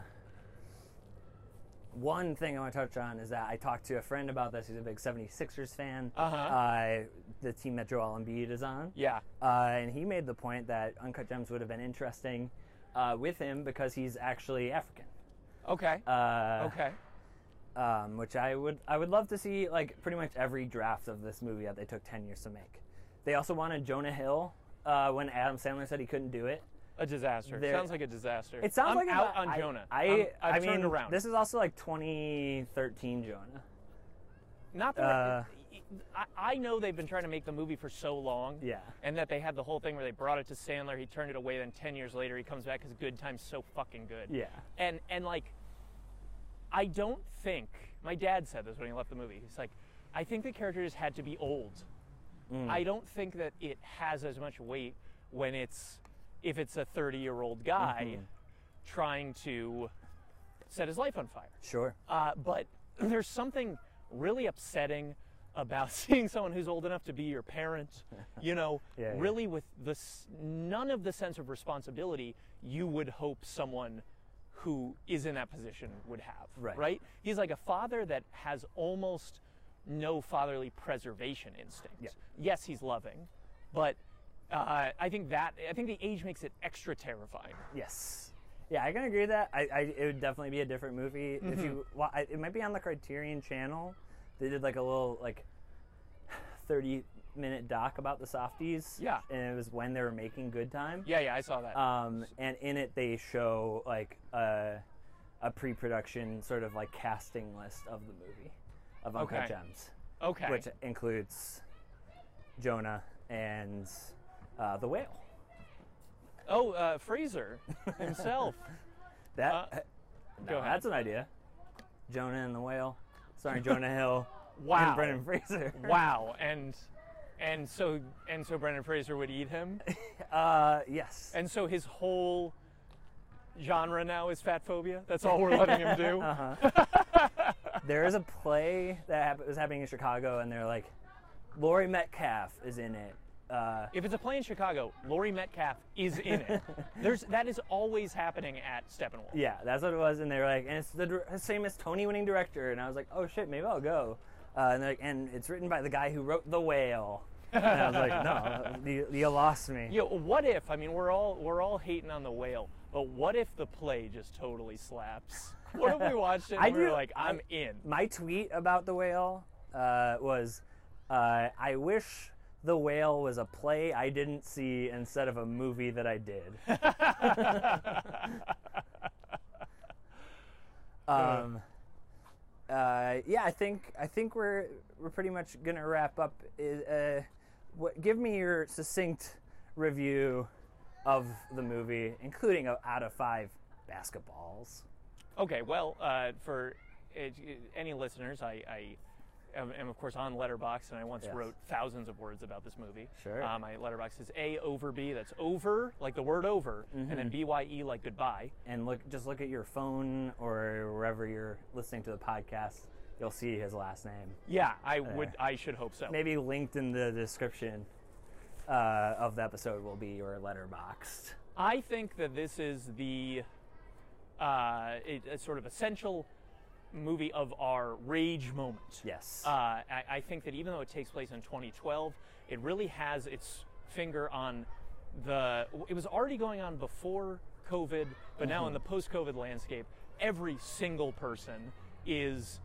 [SPEAKER 1] one thing I want to touch on is that I talked to a friend about this. He's a big 76ers fan.
[SPEAKER 2] Uh-huh.
[SPEAKER 1] Uh, the team that Joel Embiid is on.
[SPEAKER 2] Yeah.
[SPEAKER 1] Uh, and he made the point that Uncut Gems would have been interesting uh, with him because he's actually African.
[SPEAKER 2] Okay.
[SPEAKER 1] Uh,
[SPEAKER 2] okay.
[SPEAKER 1] um, which I would I would love to see like pretty much every draft of this movie that they took ten years to make. They also wanted Jonah Hill uh, when Adam Sandler said he couldn't do it.
[SPEAKER 2] a disaster.
[SPEAKER 1] There-
[SPEAKER 2] sounds like a disaster.
[SPEAKER 1] It sounds
[SPEAKER 2] I'm
[SPEAKER 1] like a-
[SPEAKER 2] out on
[SPEAKER 1] I-
[SPEAKER 2] Jonah.
[SPEAKER 1] I
[SPEAKER 2] I'm- I've
[SPEAKER 1] I
[SPEAKER 2] turned
[SPEAKER 1] mean,
[SPEAKER 2] around.
[SPEAKER 1] this is also like 2013 Jonah.
[SPEAKER 2] Not that
[SPEAKER 1] Uh,
[SPEAKER 2] I, I know they've been trying to make the movie for so long.
[SPEAKER 1] Yeah.
[SPEAKER 2] And that they had the whole thing where they brought it to Sandler, he turned it away, then 10 years later he comes back because Good Time's so fucking good.
[SPEAKER 1] Yeah.
[SPEAKER 2] And, and like, I don't think, my dad said this when he left the movie. He's like, I think the character just had to be old.
[SPEAKER 1] Mm.
[SPEAKER 2] I don't think that it has as much weight when it's, if it's a 30 year old guy
[SPEAKER 1] Mm-hmm.
[SPEAKER 2] trying to set his life on fire.
[SPEAKER 1] Sure.
[SPEAKER 2] Uh, but there's something really upsetting about seeing someone who's old enough to be your parent, you know,
[SPEAKER 1] Yeah, yeah.
[SPEAKER 2] really with this none of the sense of responsibility you would hope someone who is in that position would have.
[SPEAKER 1] Right.
[SPEAKER 2] He's like a father that has almost no fatherly preservation instinct.
[SPEAKER 1] Yeah.
[SPEAKER 2] Yes, he's loving, but uh, I think that I think the age makes it extra terrifying.
[SPEAKER 1] Yes. Yeah, I can agree with that. I, I it would definitely be a different movie if you.
[SPEAKER 2] Mm-hmm.
[SPEAKER 1] Well, I, it might be on the Criterion Channel. They did like a little like thirty minute doc about the softies.
[SPEAKER 2] Yeah.
[SPEAKER 1] and it was when they were making Good Time.
[SPEAKER 2] Yeah, yeah, I saw that.
[SPEAKER 1] Um, and in it they show like a, a pre-production sort of like casting list of the movie of Uncut
[SPEAKER 2] Okay.
[SPEAKER 1] Gems,
[SPEAKER 2] okay.
[SPEAKER 1] which includes Jonah and uh, the whale.
[SPEAKER 2] Oh, uh, Fraser himself.
[SPEAKER 1] That
[SPEAKER 2] Uh,
[SPEAKER 1] no,
[SPEAKER 2] go ahead.
[SPEAKER 1] that's an idea. Jonah and the Whale, starring Jonah Hill
[SPEAKER 2] Wow.
[SPEAKER 1] and Brendan Fraser.
[SPEAKER 2] wow, and and so and so Brendan Fraser would eat him,
[SPEAKER 1] Uh, yes.
[SPEAKER 2] and so his whole genre now is fat phobia. That's all we're letting him do.
[SPEAKER 1] Uh-huh. There is a play that hap- was happening in Chicago, and they're like, Laurie Metcalf is in it. Uh,
[SPEAKER 2] If it's a play in Chicago, Laurie Metcalf is in it. There's that is always happening at Steppenwolf.
[SPEAKER 1] yeah, that's what it was. And they're like, and it's the dir- same as Tony winning director. And I was like, oh shit, maybe I'll go. Uh, and they're like, and it's written by the guy who wrote The Whale. And I was like, no, you, you lost me.
[SPEAKER 2] Yo, what if? I mean, we're all we're all hating on the whale, but what if the play just totally slaps? What if we watched it and
[SPEAKER 1] I
[SPEAKER 2] we were
[SPEAKER 1] do-
[SPEAKER 2] like,
[SPEAKER 1] I-
[SPEAKER 2] I'm in.
[SPEAKER 1] my tweet about the whale uh, was uh, I wish the whale was a play I didn't see instead of a movie that I did. um, uh, yeah, I think I think we're we're pretty much gonna wrap up. I- Uh, what, give me your succinct review of the movie, including a, out of five basketballs.
[SPEAKER 2] Okay, well, uh, for it, any listeners, I, I am, am of course on Letterbox, and I once
[SPEAKER 1] Yes.
[SPEAKER 2] wrote thousands of words about this movie.
[SPEAKER 1] Sure.
[SPEAKER 2] Uh, my Letterbox is A over B. That's over, like the word over, and
[SPEAKER 1] Mm-hmm.
[SPEAKER 2] then B Y E, like goodbye.
[SPEAKER 1] and look just look at your phone or wherever you're listening to the podcast you'll see his last name
[SPEAKER 2] Yeah, I
[SPEAKER 1] Uh,
[SPEAKER 2] would. I should hope so.
[SPEAKER 1] maybe linked in the description uh, of the episode will be your letterboxed
[SPEAKER 2] I think that this is the uh, it, it's sort of essential movie of our rage moment.
[SPEAKER 1] yes
[SPEAKER 2] Uh, I, I think that even though it takes place in 2012, it really has its finger on the. It was already going on before COVID, but now in the
[SPEAKER 1] Mm-hmm.
[SPEAKER 2] post COVID landscape, every single person is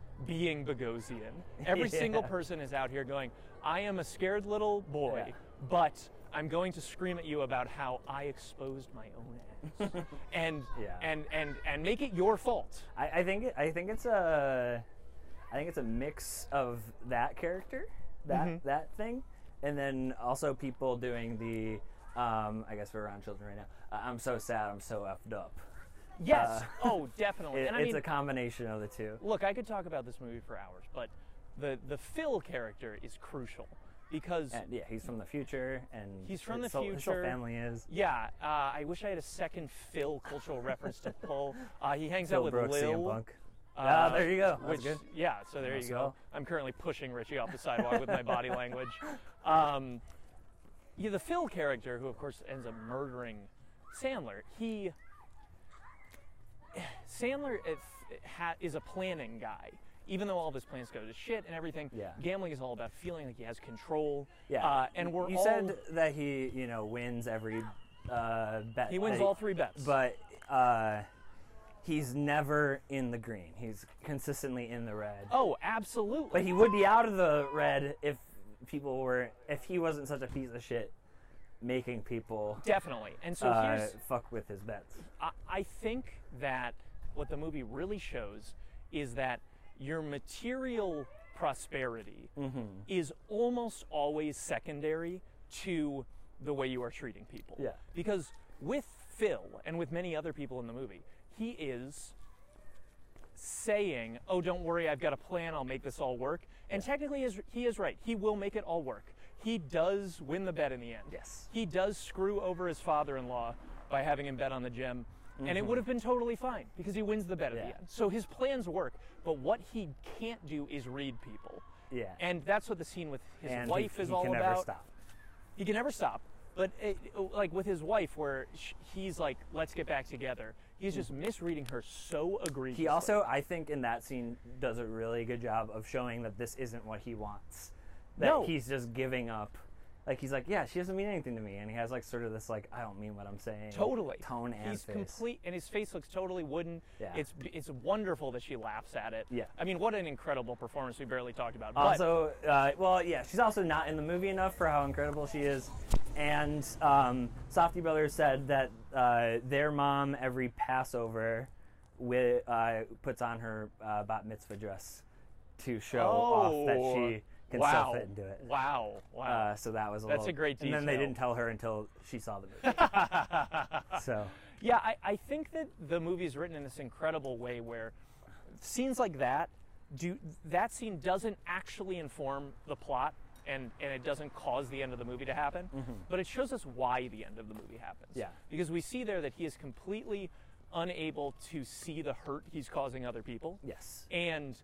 [SPEAKER 2] being Bogosian. Every
[SPEAKER 1] Yeah.
[SPEAKER 2] single person is out here going, I am a scared little boy,
[SPEAKER 1] Yeah.
[SPEAKER 2] but I'm going to scream at you about how I exposed my own ass. and,
[SPEAKER 1] Yeah.
[SPEAKER 2] and, and, and make it your fault.
[SPEAKER 1] I, I think it, I think it's a I think it's a mix of that character that
[SPEAKER 2] Mm-hmm.
[SPEAKER 1] that thing and then also people doing the um, I guess we're around children right now uh, I'm so sad I'm so effed up
[SPEAKER 2] Yes. oh, definitely.
[SPEAKER 1] It-
[SPEAKER 2] and I
[SPEAKER 1] it's
[SPEAKER 2] mean,
[SPEAKER 1] a combination of the two
[SPEAKER 2] Look, I could talk about this movie for hours, but the the Phil character is crucial because
[SPEAKER 1] and yeah he's from the future and
[SPEAKER 2] He's from
[SPEAKER 1] his
[SPEAKER 2] the
[SPEAKER 1] whole- his whole
[SPEAKER 2] future.
[SPEAKER 1] family is
[SPEAKER 2] yeah, uh, I wish I had a second Phil cultural reference to pull. Uh, he hangs out
[SPEAKER 1] Phil
[SPEAKER 2] with
[SPEAKER 1] Brooks, CM
[SPEAKER 2] Lil. uh,
[SPEAKER 1] Punk. Ah, there you go. That's
[SPEAKER 2] Um, which,
[SPEAKER 1] good.
[SPEAKER 2] Yeah, so there
[SPEAKER 1] That's
[SPEAKER 2] you go.
[SPEAKER 1] well.
[SPEAKER 2] I'm currently pushing Richie off the sidewalk with my body language. Um, yeah, the Phil character, who of course ends up murdering Sandler, he Sandler if, ha, is a planning guy. Even though all of his plans go to shit and everything,
[SPEAKER 1] Yeah.
[SPEAKER 2] gambling is all about feeling like he has control.
[SPEAKER 1] Yeah.
[SPEAKER 2] uh, and we're
[SPEAKER 1] you
[SPEAKER 2] all,
[SPEAKER 1] said that he, you know, wins every uh, bet.
[SPEAKER 2] he wins
[SPEAKER 1] that
[SPEAKER 2] all three bets.
[SPEAKER 1] But uh, he's never in the green. He's consistently in the red.
[SPEAKER 2] oh, absolutely.
[SPEAKER 1] But he would be out of the red if people were if he wasn't such a piece of shit making people
[SPEAKER 2] Definitely. And so
[SPEAKER 1] uh,
[SPEAKER 2] here's
[SPEAKER 1] fuck with his bets.
[SPEAKER 2] I, I think that what the movie really shows is that your material prosperity
[SPEAKER 1] Mm-hmm.
[SPEAKER 2] is almost always secondary to the way you are treating people.
[SPEAKER 1] Yeah.
[SPEAKER 2] Because with Phil and with many other people in the movie, he is saying, "Oh, don't worry, I've got a plan. I'll make this all work." And technically, is he is right. He will make it all work. He does win the bet in the end.
[SPEAKER 1] Yes.
[SPEAKER 2] He does screw over his father-in-law by having him bet on the gem, and it would have been totally fine because he wins the bet at
[SPEAKER 1] Mm-hmm. Yeah.
[SPEAKER 2] the end. So his plans work, but what he can't do is read people.
[SPEAKER 1] Yeah.
[SPEAKER 2] And that's what the scene with his
[SPEAKER 1] and he-
[SPEAKER 2] wife
[SPEAKER 1] he,
[SPEAKER 2] is all
[SPEAKER 1] can
[SPEAKER 2] about
[SPEAKER 1] never stop.
[SPEAKER 2] he can never stop. But it, like with his wife, where sh he's like, "Let's get back together," he's just misreading her so egregiously.
[SPEAKER 1] Mm. He also, I think, in that scene, does a really good job of showing that this isn't what he wants. That
[SPEAKER 2] No.
[SPEAKER 1] he's just giving up. Like he's like, yeah, she doesn't mean anything to me, and he has like sort of this like, I don't mean what I'm saying.
[SPEAKER 2] totally
[SPEAKER 1] Tone and
[SPEAKER 2] he's
[SPEAKER 1] face.
[SPEAKER 2] complete, and his face looks totally wooden.
[SPEAKER 1] Yeah.
[SPEAKER 2] It's it's wonderful that she laughs at it.
[SPEAKER 1] Yeah.
[SPEAKER 2] I mean, what an incredible performance we barely talked about. but-
[SPEAKER 1] Also, uh, well, yeah, she's also not in the movie enough for how incredible she is. And um, Softy Brothers said that uh, their mom every Passover wi uh, puts on her uh, bat mitzvah dress to show off that she can
[SPEAKER 2] wow.
[SPEAKER 1] stuff it and do it.
[SPEAKER 2] Wow! Wow!
[SPEAKER 1] Uh, so that was a
[SPEAKER 2] That's
[SPEAKER 1] little,
[SPEAKER 2] a great
[SPEAKER 1] And then they
[SPEAKER 2] detail.
[SPEAKER 1] didn't tell her until she saw the movie. so
[SPEAKER 2] Yeah, I, I think that the movie is written in this incredible way where scenes like that do that scene doesn't actually inform the plot and, and it doesn't cause the end of the movie to happen. But it shows us why the end of the movie happens.
[SPEAKER 1] Mm-hmm. Yeah.
[SPEAKER 2] Because we see there that he is completely unable to see the hurt he's causing other people
[SPEAKER 1] yes,
[SPEAKER 2] and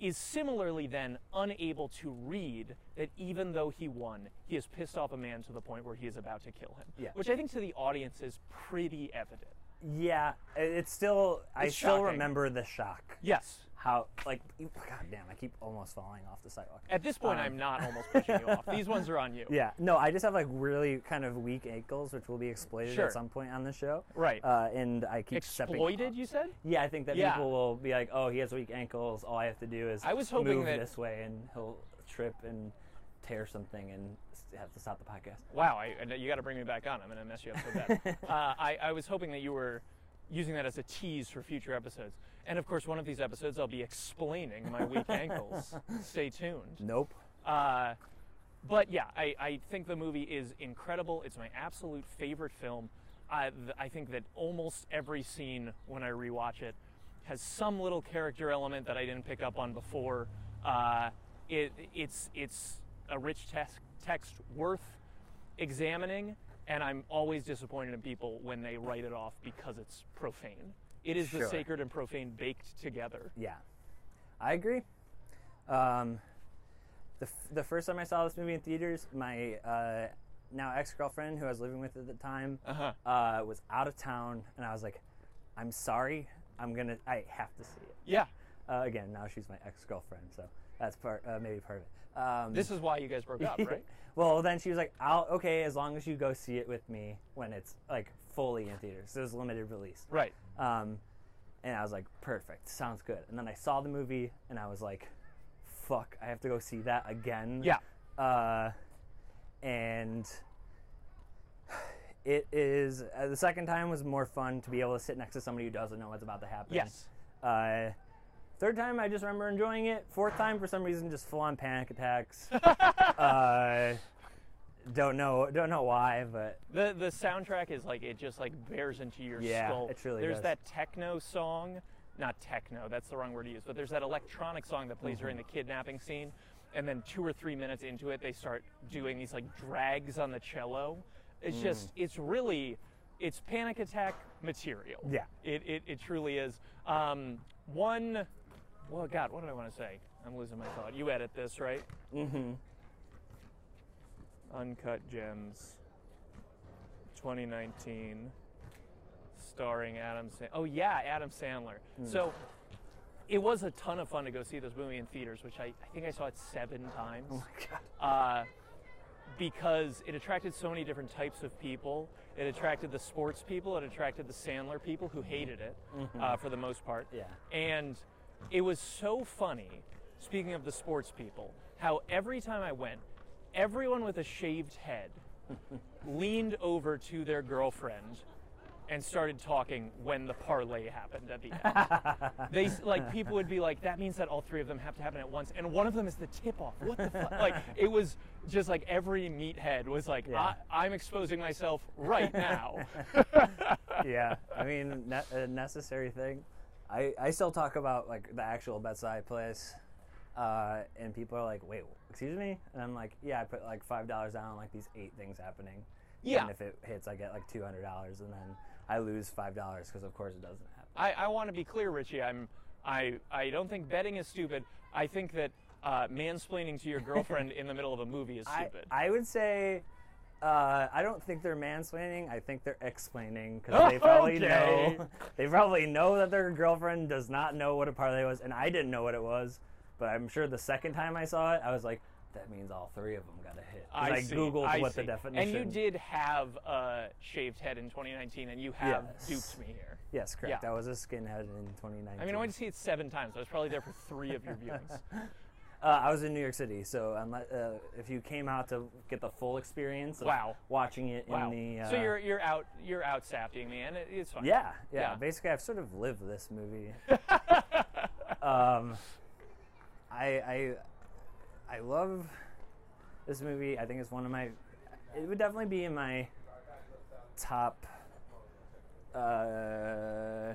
[SPEAKER 2] is similarly then unable to read that even though he won, he has pissed off a man to the point where he is about to kill him.
[SPEAKER 1] Yeah.
[SPEAKER 2] Which I think to the audience is pretty evident.
[SPEAKER 1] yeah, it- it's still I
[SPEAKER 2] It's
[SPEAKER 1] still
[SPEAKER 2] shocking.
[SPEAKER 1] remember the shock.
[SPEAKER 2] Yes.
[SPEAKER 1] How like you- god damn, I keep almost falling off the sidewalk.
[SPEAKER 2] At this point, I'm not almost pushing you off. These ones are on you.
[SPEAKER 1] Uh, Yeah, no, I just have like really kind of weak ankles, which will be exploited
[SPEAKER 2] Sure.
[SPEAKER 1] at some point on the show.
[SPEAKER 2] Right.
[SPEAKER 1] Uh, and I keep stepping-
[SPEAKER 2] Exploited, you said?
[SPEAKER 1] Yeah, I think that
[SPEAKER 2] Yeah.
[SPEAKER 1] people will be like, "Oh, he has weak ankles. All I have to do is
[SPEAKER 2] I was hoping
[SPEAKER 1] move
[SPEAKER 2] that-
[SPEAKER 1] this way, and he'll trip and tear something, and s- have to stop the podcast."
[SPEAKER 2] Wow, I, and you got to bring me back on. I'm going to mess you up so bad. uh, I, I was hoping that you were using that as a tease for future episodes. And of course, one of these episodes, I'll be explaining my weak ankles. Stay tuned.
[SPEAKER 1] Nope.
[SPEAKER 2] Uh, but yeah, I, I think the movie is incredible. It's my absolute favorite film. I, th- I think that almost every scene when I rewatch it has some little character element that I didn't pick up on before. Uh, it, it's, it's a rich text, text worth examining, and I'm always disappointed in people when they write it off because it's profane. It is the
[SPEAKER 1] Sure.
[SPEAKER 2] sacred and profane baked together.
[SPEAKER 1] Yeah, I agree. Um, the, f- the first time I saw this movie in theaters, my uh, now ex girlfriend, who I was living with at the time,
[SPEAKER 2] Uh-huh.
[SPEAKER 1] uh was out of town, and I was like, "I'm sorry, I'm gonna, I have to see it."
[SPEAKER 2] Yeah,
[SPEAKER 1] Uh, again, now she's my ex girlfriend, so that's part, uh, maybe part of it. Um,
[SPEAKER 2] this is why you guys broke up, right?
[SPEAKER 1] well, then she was like, "I'll okay, as long as you go see it with me when it's like fully in theaters. So it was limited release,
[SPEAKER 2] Right.
[SPEAKER 1] um, and I was like, perfect, sounds good. And then I saw the movie and I was like, fuck, I have to go see that again.
[SPEAKER 2] Yeah.
[SPEAKER 1] Uh, and it is, uh, the second time was more fun to be able to sit next to somebody who doesn't know what's about to happen.
[SPEAKER 2] Yes.
[SPEAKER 1] Uh, third time, I just remember enjoying it. Fourth time, for some reason, just full on panic attacks. uh, don't know, don't know why, but
[SPEAKER 2] The the soundtrack is like it just like bears into your
[SPEAKER 1] Yeah,
[SPEAKER 2] skull.
[SPEAKER 1] it truly
[SPEAKER 2] There's
[SPEAKER 1] does.
[SPEAKER 2] that techno song, not techno. That's the wrong word to use. But there's that electronic song that plays during the kidnapping scene, and then two or three minutes into it, they start doing these like drags on the cello. It's just it's really it's panic attack material.
[SPEAKER 1] Yeah.
[SPEAKER 2] it it, it truly is. Um, one, well, God, what did I want to say? I'm losing my thought. You edit this, right? Uncut Gems 2019 starring Adam Sandler. Oh yeah, Adam Sandler. So it was a ton of fun to go see this movie in theaters, which I, I think I saw it seven times uh, because it attracted so many different types of people. It attracted the sports people. It attracted the Sandler people who hated it uh, for the most part.
[SPEAKER 1] Yeah.
[SPEAKER 2] And it was so funny. Speaking of the sports people, how every time I went, everyone with a shaved head leaned over to their girlfriend and started talking when the parlay happened at the end. they s- like people would be like, that means that all three of them have to happen at once, and one of them is the tip off. What the fuck? like it was just like every meathead was like,
[SPEAKER 1] Yeah.
[SPEAKER 2] I, I'm exposing myself right now.
[SPEAKER 1] yeah, I mean, ne- a necessary thing. I, I still talk about like the actual bets that I place, uh, and people are like, "Wait, excuse me," and I'm like, "Yeah, I put like five dollars down on like these eight things happening.
[SPEAKER 2] Yeah.
[SPEAKER 1] and if it hits, I get like two hundred dollars, and then I lose five dollars because of course it doesn't happen.
[SPEAKER 2] I, I want to be clear, Richie. I'm I I don't think betting is stupid. I think that uh, mansplaining to your girlfriend in the middle of a movie is
[SPEAKER 1] I,
[SPEAKER 2] stupid.
[SPEAKER 1] I would say. Uh, I don't think they're mansplaining. I think they're explaining because they probably
[SPEAKER 2] Okay.
[SPEAKER 1] know they probably know that their girlfriend does not know what a parlay was, and I didn't know what it was. But I'm sure the second time I saw it, I was like, "That means all three of them got a hit." 'Cause I
[SPEAKER 2] see,
[SPEAKER 1] googled
[SPEAKER 2] I
[SPEAKER 1] what the
[SPEAKER 2] see.
[SPEAKER 1] definition.
[SPEAKER 2] And you did have a shaved head in 2019, and you have
[SPEAKER 1] Yes.
[SPEAKER 2] duped me here.
[SPEAKER 1] Yes, correct.
[SPEAKER 2] Yeah.
[SPEAKER 1] I was a skinhead in 2019.
[SPEAKER 2] I mean, I went to see it seven times. I was probably there for three of your viewings.
[SPEAKER 1] Uh, I was in New York City, so unless, uh, if you came out to get the full experience, of
[SPEAKER 2] Wow.
[SPEAKER 1] watching it
[SPEAKER 2] Wow.
[SPEAKER 1] in the. Uh,
[SPEAKER 2] so you're you're out you're out saftying me, and it, it's fine.
[SPEAKER 1] Yeah, yeah,
[SPEAKER 2] Yeah.
[SPEAKER 1] Basically, I've sort of lived this movie. um, I, I, I love this movie. I think it's one of my. It would definitely be in my top uh,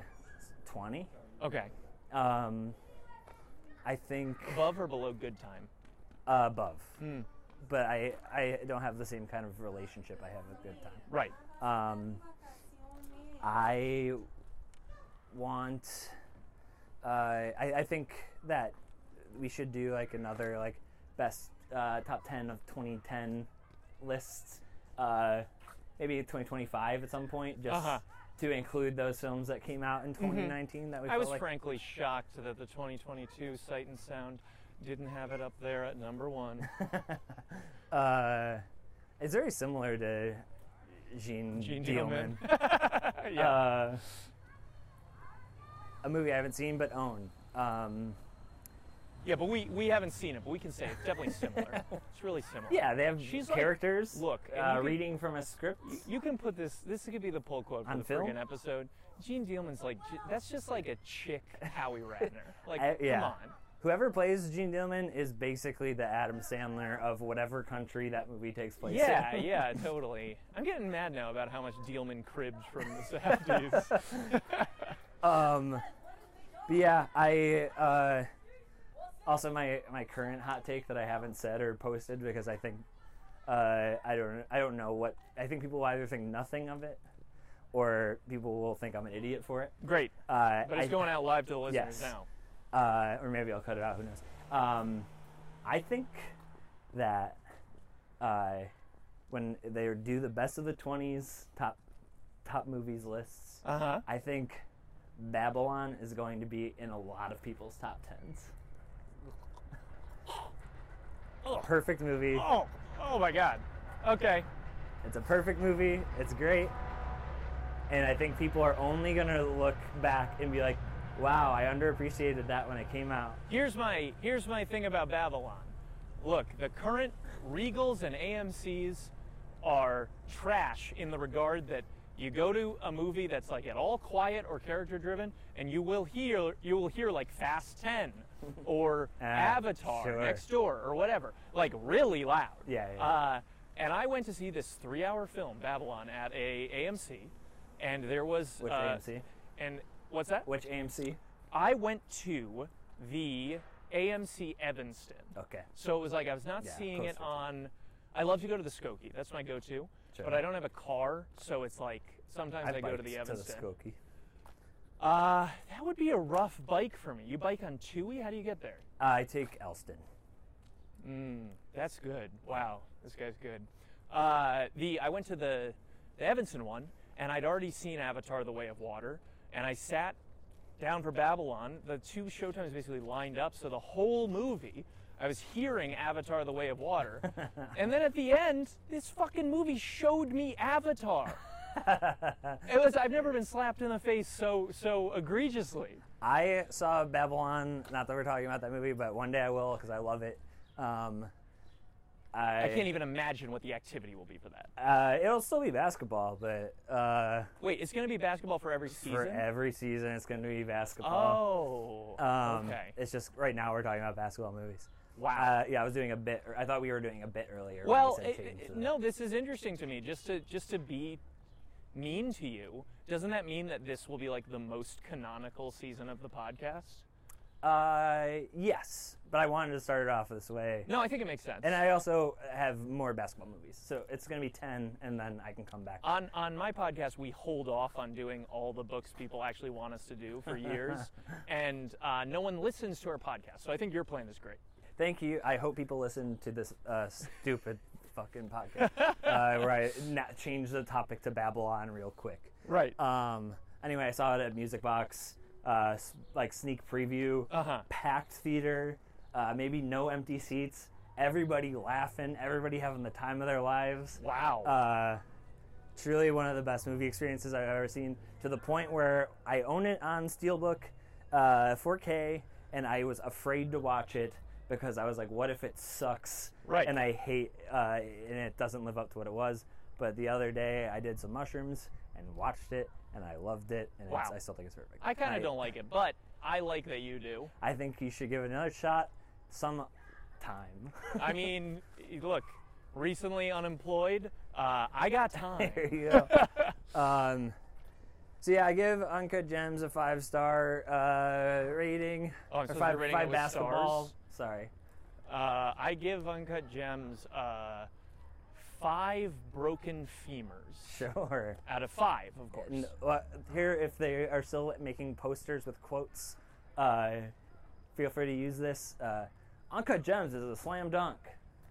[SPEAKER 1] twenty.
[SPEAKER 2] Okay.
[SPEAKER 1] Um, I think
[SPEAKER 2] Above or below good time?
[SPEAKER 1] uh, above, but I I don't have the same kind of relationship I have with Good Time.
[SPEAKER 2] Right.
[SPEAKER 1] Um, I want. Uh, I, I think that we should do like another like best uh, top ten of 2010 lists. Uh, maybe 2025 at some point, just
[SPEAKER 2] Uh-huh. Mm-hmm.
[SPEAKER 1] to include those films that came out in 2019 that we
[SPEAKER 2] I
[SPEAKER 1] felt
[SPEAKER 2] was
[SPEAKER 1] like.
[SPEAKER 2] frankly shocked that the 2022 Sight and Sound didn't have it up there at number one.
[SPEAKER 1] Uh, it's very similar to Gene,
[SPEAKER 2] Gene
[SPEAKER 1] Dealman.
[SPEAKER 2] Dealman. yeah.
[SPEAKER 1] uh, a movie I haven't seen but own. Um,
[SPEAKER 2] yeah, but we, we haven't seen it, but we can say it's definitely similar. it's really similar.
[SPEAKER 1] yeah, they have
[SPEAKER 2] She's like-
[SPEAKER 1] characters.
[SPEAKER 2] look, and
[SPEAKER 1] uh,
[SPEAKER 2] you can-
[SPEAKER 1] reading from a script.
[SPEAKER 2] Y- You can put this. This could be the pull quote for
[SPEAKER 1] On
[SPEAKER 2] the
[SPEAKER 1] film?
[SPEAKER 2] friggin' episode. Gene Dealman's like, "J- that's just like a chick Howie Ratner. Like,
[SPEAKER 1] I- yeah.
[SPEAKER 2] come on.
[SPEAKER 1] Whoever plays Gene Dillman is basically the Adam Sandler of whatever country that movie takes place.
[SPEAKER 2] Yeah,
[SPEAKER 1] in.
[SPEAKER 2] yeah, totally. I'm getting mad now about how much Dealman cribbed from the Safdies.
[SPEAKER 1] Um, but yeah, I uh, also my my current hot take that I haven't said or posted because I think uh, I don't I don't know what I think people will either think nothing of it or people will think I'm an idiot for it.
[SPEAKER 2] Great.
[SPEAKER 1] Uh,
[SPEAKER 2] But it's
[SPEAKER 1] I-
[SPEAKER 2] going out live to the listeners
[SPEAKER 1] Yes.
[SPEAKER 2] now.
[SPEAKER 1] uh, or maybe I'll cut it out. Who knows? Um, I think that uh, when they do the best of the twenties top top movies lists,
[SPEAKER 2] Uh huh.
[SPEAKER 1] I think Babylon is going to be in a lot of people's top tens. Perfect movie.
[SPEAKER 2] Oh, oh my God. Okay.
[SPEAKER 1] It's a perfect movie. It's great. And I think people are only going to look back and be like, wow, I underappreciated that when it came out.
[SPEAKER 2] Here's my here's my thing about Babylon. Look, the current Regals and AMC's are trash in the regard that you go to a movie that's like at all quiet or character driven, and you will hear you will hear like Fast Ten or
[SPEAKER 1] Ah,
[SPEAKER 2] Avatar
[SPEAKER 1] sure.
[SPEAKER 2] Next Door or whatever, like really loud.
[SPEAKER 1] Yeah, yeah.
[SPEAKER 2] Uh, and I went to see this three-hour film Babylon at a AMC, and there was
[SPEAKER 1] Which
[SPEAKER 2] uh,
[SPEAKER 1] AMC?
[SPEAKER 2] And what's that?
[SPEAKER 1] Which AMC?
[SPEAKER 2] I went to the AMC Evanston.
[SPEAKER 1] Okay.
[SPEAKER 2] So it was like I was not
[SPEAKER 1] Yeah,
[SPEAKER 2] seeing it
[SPEAKER 1] closer.
[SPEAKER 2] on. I love to go to the Skokie. That's my go to.
[SPEAKER 1] Sure.
[SPEAKER 2] But I don't have a car, so it's like sometimes I, go to
[SPEAKER 1] biked
[SPEAKER 2] the Evanston.
[SPEAKER 1] Skokie.
[SPEAKER 2] uh, that would be a rough bike for me. You bike on Tui? How do you get there?
[SPEAKER 1] I take Elston.
[SPEAKER 2] That's good. Wow, this guy's good. Uh, the I went to the the Evanston one, and I'd already seen Avatar: The Way of Water, and I sat down for Babylon. The two showtimes basically lined up, so the whole movie I was hearing Avatar: The Way of Water, and then at the end, this fucking movie showed me Avatar. it was I've never been slapped in the face so so egregiously.
[SPEAKER 1] I saw Babylon. Not that we're talking about that movie, but one day I will because I love it. Um,
[SPEAKER 2] I can't e- even imagine what the activity will be for that.
[SPEAKER 1] Uh, it'll still be basketball, but uh,
[SPEAKER 2] Wait, it's going to be basketball for every season.
[SPEAKER 1] for every season, it's going to be basketball.
[SPEAKER 2] oh.
[SPEAKER 1] Um,
[SPEAKER 2] okay.
[SPEAKER 1] It's just right now we're talking about basketball movies.
[SPEAKER 2] Wow.
[SPEAKER 1] Uh, yeah, I was doing a bit. I thought we were doing a bit earlier. when we
[SPEAKER 2] well,
[SPEAKER 1] said
[SPEAKER 2] it-
[SPEAKER 1] change
[SPEAKER 2] it-
[SPEAKER 1] to that.
[SPEAKER 2] no, this is interesting to me. Just to just to be mean to you, doesn't that mean that this will be like the most canonical season of the podcast?
[SPEAKER 1] Uh, yes, but I wanted to start it off this way.
[SPEAKER 2] No, I think it makes sense.
[SPEAKER 1] And I also have more basketball movies, so it's going to be ten, and then I can come back.
[SPEAKER 2] on on my podcast, we hold off on doing all the books people actually want us to do for years, and uh, no one listens to our podcast. So I think your plan is great.
[SPEAKER 1] Thank you. I hope people listen to this uh, stupid fucking podcast uh, where I na- change the topic to Babylon real quick.
[SPEAKER 2] Right.
[SPEAKER 1] Um, anyway, I saw it at Music Box, uh, s- like sneak preview,
[SPEAKER 2] Uh-huh.
[SPEAKER 1] packed theater, uh, maybe no empty seats, everybody laughing, everybody having the time of their lives.
[SPEAKER 2] wow.
[SPEAKER 1] Uh, it's really one of the best movie experiences I've ever seen. To the point where I own it on Steelbook, uh, 4K, and I was afraid to watch it because I was like, "What if it sucks?"
[SPEAKER 2] Right.
[SPEAKER 1] And I hate, uh, and it doesn't live up to what it was. But the other day, I did some mushrooms and watched it, and I loved it, and it's,
[SPEAKER 2] Wow.
[SPEAKER 1] I still think it's perfect.
[SPEAKER 2] I kind
[SPEAKER 1] And
[SPEAKER 2] of don't like it, but I like that you do.
[SPEAKER 1] I think you should give it another shot, some time.
[SPEAKER 2] I mean, y- look, recently unemployed, uh, I got time.
[SPEAKER 1] There you go. um, so yeah, I give Uncut Gems a five star uh, rating.
[SPEAKER 2] Oh, I'm
[SPEAKER 1] or
[SPEAKER 2] supposed to
[SPEAKER 1] five,
[SPEAKER 2] be rating
[SPEAKER 1] five
[SPEAKER 2] it with
[SPEAKER 1] basketball.
[SPEAKER 2] stars?
[SPEAKER 1] Sorry.
[SPEAKER 2] Uh, I give Uncut Gems uh, five broken femurs
[SPEAKER 1] Sure.
[SPEAKER 2] out of five, of course.
[SPEAKER 1] And, uh, here, if they are still making posters with quotes, uh, feel free to use this. Uh, Uncut Gems is a slam dunk.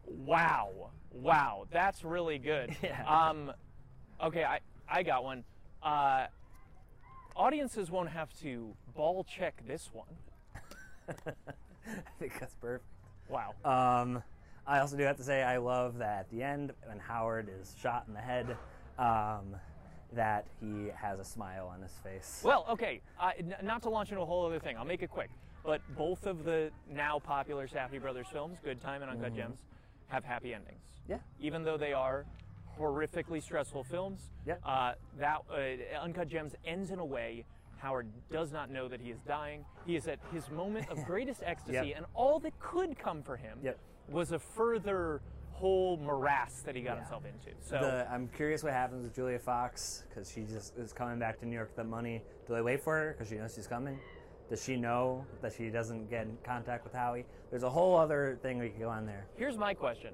[SPEAKER 2] Wow, wow, that's really good.
[SPEAKER 1] Yeah.
[SPEAKER 2] Um, okay, I I got one. Uh, audiences won't have to ball check this one.
[SPEAKER 1] I think that's perfect.
[SPEAKER 2] Wow.
[SPEAKER 1] Um, I also do have to say I love that at the end when Howard is shot in the head, um, that he has a smile on his face.
[SPEAKER 2] Well, okay, uh, n- not to launch into a whole other thing, I'll make it quick. But both of the now popular Safety Brothers films, Good Time and Uncut Gems, have happy endings.
[SPEAKER 1] Mm-hmm. Yeah.
[SPEAKER 2] Even though they are horrifically stressful films,
[SPEAKER 1] Yep.
[SPEAKER 2] uh, that uh, Uncut Gems ends in a way Howard does not know that he is dying. He is at his moment of greatest ecstasy,
[SPEAKER 1] Yep.
[SPEAKER 2] and all that could come for him
[SPEAKER 1] Yep.
[SPEAKER 2] was a further whole morass that he got himself into. So
[SPEAKER 1] The, I'm curious what happens with Julia Fox because she just is coming back to New York with the money. Do they wait for her because she knows she's coming? Does she know that she doesn't get in contact with Howie? There's a whole other thing we could go on there.
[SPEAKER 2] Here's my question.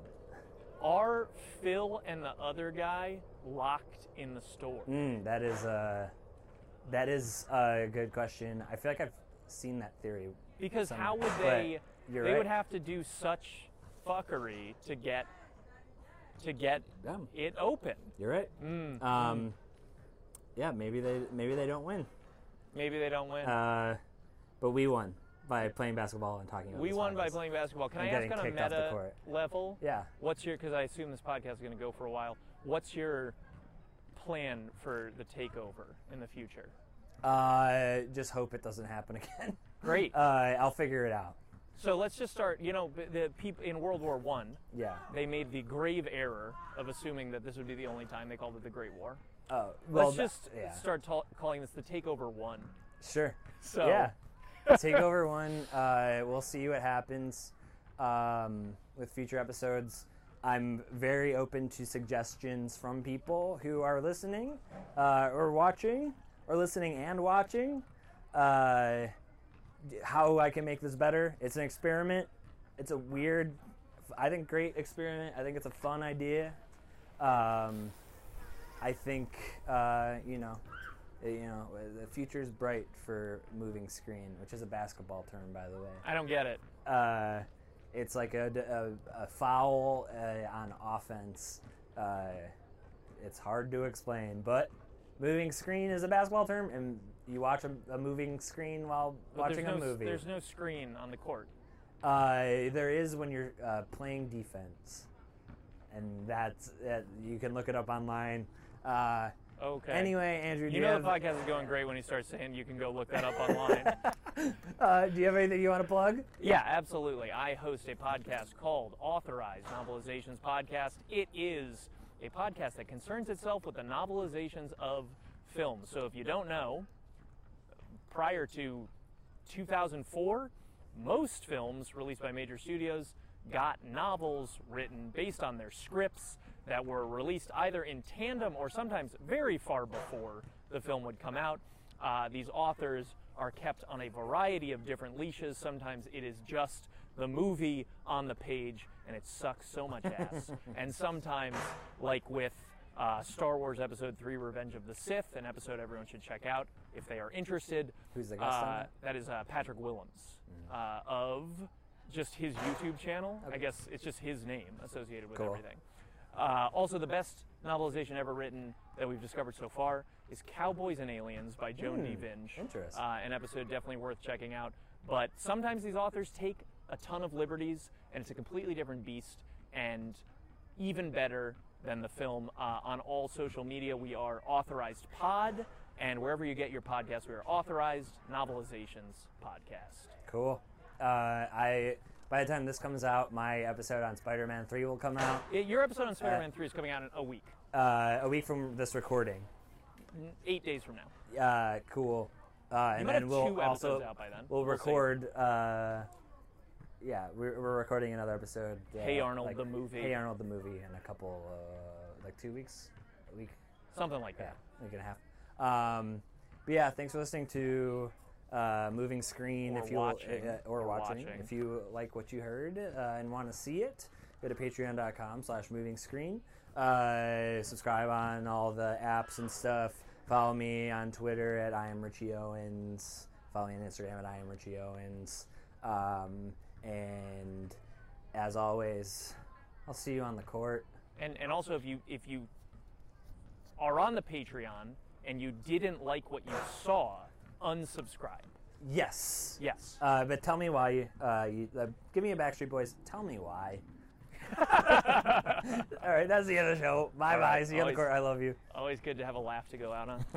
[SPEAKER 2] Are Phil and the other guy locked in the store?
[SPEAKER 1] Hmm, that is a that is a good question. I feel like I've seen that theory.
[SPEAKER 2] Because
[SPEAKER 1] Some-
[SPEAKER 2] how would
[SPEAKER 1] but
[SPEAKER 2] they they
[SPEAKER 1] you're right.
[SPEAKER 2] would have to do such fuckery to get to get
[SPEAKER 1] Them.
[SPEAKER 2] it open.
[SPEAKER 1] You're right.
[SPEAKER 2] Hmm.
[SPEAKER 1] Um, yeah, maybe they maybe they don't win,
[SPEAKER 2] Maybe they don't win.
[SPEAKER 1] uh, but we won by playing basketball and talking. About
[SPEAKER 2] we
[SPEAKER 1] this
[SPEAKER 2] won by
[SPEAKER 1] podcast.
[SPEAKER 2] playing basketball. Can
[SPEAKER 1] and
[SPEAKER 2] I ask
[SPEAKER 1] getting
[SPEAKER 2] on a
[SPEAKER 1] kicked off the
[SPEAKER 2] meta
[SPEAKER 1] court.
[SPEAKER 2] level?
[SPEAKER 1] Yeah.
[SPEAKER 2] What's your cuz I assume this podcast is going to go for a while. What's your plan for the takeover in the future?
[SPEAKER 1] Uh, just hope it doesn't happen again.
[SPEAKER 2] Great.
[SPEAKER 1] Uh, I'll figure it out.
[SPEAKER 2] so let's just start, you know, b- the people in World War 1.
[SPEAKER 1] Yeah.
[SPEAKER 2] they made the grave error of assuming that this would be the only time they called it the Great War.
[SPEAKER 1] Oh, well,
[SPEAKER 2] Let's
[SPEAKER 1] th-
[SPEAKER 2] just
[SPEAKER 1] yeah.
[SPEAKER 2] start ta- calling this the Takeover One.
[SPEAKER 1] Sure.
[SPEAKER 2] So-
[SPEAKER 1] yeah, Takeover one. Uh, we'll see what happens um, with future episodes. I'm very open to suggestions from people who are listening uh, or watching or listening and watching. Uh, d- how I can make this better. It's an experiment. It's a weird, I think, great experiment. I think it's a fun idea. Um, I think uh, you know, uh, you know, uh, the future's bright for moving screen, which is a basketball term, by the way.
[SPEAKER 2] I don't get it.
[SPEAKER 1] Uh, it's like a, d- a- a foul uh, on offense. Uh, it's hard to explain, but moving screen is a basketball term, and you watch a, a moving screen while
[SPEAKER 2] But
[SPEAKER 1] watching
[SPEAKER 2] there's
[SPEAKER 1] a
[SPEAKER 2] no,
[SPEAKER 1] movie.
[SPEAKER 2] There's no screen on the court.
[SPEAKER 1] Uh, there is when you're uh, playing defense, and that's uh, you can look it up online. Uh,
[SPEAKER 2] Okay.
[SPEAKER 1] Anyway, Andrew, do
[SPEAKER 2] You
[SPEAKER 1] you,
[SPEAKER 2] know
[SPEAKER 1] have,
[SPEAKER 2] the podcast is going great when he starts saying you can go look that up online.
[SPEAKER 1] uh, do you have anything you want to plug?
[SPEAKER 2] yeah, absolutely. I host a podcast called Authorized Novelizations Podcast. It is a podcast that concerns itself with the novelizations of films. So if you don't know, prior to 2004, most films released by major studios got novels written based on their scripts that were released either in tandem or sometimes very far before the film would come out. Uh, these authors are kept on a variety of different leashes. Sometimes it is just the movie on the page, and it sucks so much ass. and sometimes, like with uh, Star Wars Episode 3 Revenge of the Sith, an episode everyone should check out if they are interested.
[SPEAKER 1] Who's the guest on
[SPEAKER 2] Uh,
[SPEAKER 1] that?
[SPEAKER 2] That is uh, Patrick Willems uh, of just his YouTube channel. I guess it's just his name associated with
[SPEAKER 1] Cool.
[SPEAKER 2] everything. Uh, also, the best novelization ever written that we've discovered so far is Cowboys and Aliens by Joan D. Vinge.
[SPEAKER 1] interesting.
[SPEAKER 2] Uh, an episode definitely worth checking out. But sometimes these authors take a ton of liberties, and it's a completely different beast. And even better than the film. Uh, on all social media, we are Authorized Pod, and wherever you get your podcast, we are Authorized Novelizations Podcast.
[SPEAKER 1] Cool. Uh, I by the time this comes out, my episode on Spider-Man Three will come out
[SPEAKER 2] Uh, Your episode on Spider-Man 3 is coming out in a week,
[SPEAKER 1] uh, a week from this recording.
[SPEAKER 2] eight days from now.
[SPEAKER 1] Uh, cool. Uh, and
[SPEAKER 2] might
[SPEAKER 1] then
[SPEAKER 2] have
[SPEAKER 1] we'll
[SPEAKER 2] two episodes
[SPEAKER 1] also
[SPEAKER 2] out by then.
[SPEAKER 1] we'll
[SPEAKER 2] We'll see.
[SPEAKER 1] record. uh, yeah, we're, we're recording another episode. uh,
[SPEAKER 2] Hey Arnold,
[SPEAKER 1] like-
[SPEAKER 2] the movie.
[SPEAKER 1] Hey Arnold the movie in a couple uh, like two weeks, a week,
[SPEAKER 2] Something like
[SPEAKER 1] yeah,
[SPEAKER 2] that.
[SPEAKER 1] a week and a half. Um, but yeah, thanks for listening to. Uh, moving screen
[SPEAKER 2] Or
[SPEAKER 1] if you
[SPEAKER 2] watching.
[SPEAKER 1] Uh, or,
[SPEAKER 2] Or
[SPEAKER 1] watching.
[SPEAKER 2] watching.
[SPEAKER 1] if you like what you heard uh, and want to see it go to patreon.com slash moving screen uh, subscribe on all the apps and stuff follow me on twitter at i am richie owens follow me on instagram at i am richie owens um, and as always i'll see you on the court
[SPEAKER 2] And and also if you if you are on the Patreon and you didn't like what you saw, unsubscribe.
[SPEAKER 1] yes
[SPEAKER 2] Yes.
[SPEAKER 1] Uh, but tell me why you, uh, you uh, give me a Backstreet Boys. Tell me why. All right, that's the end of the show. Bye bye.
[SPEAKER 2] right,
[SPEAKER 1] See you on the
[SPEAKER 2] always-
[SPEAKER 1] court. I love you.
[SPEAKER 2] Always good to have a laugh to go out on.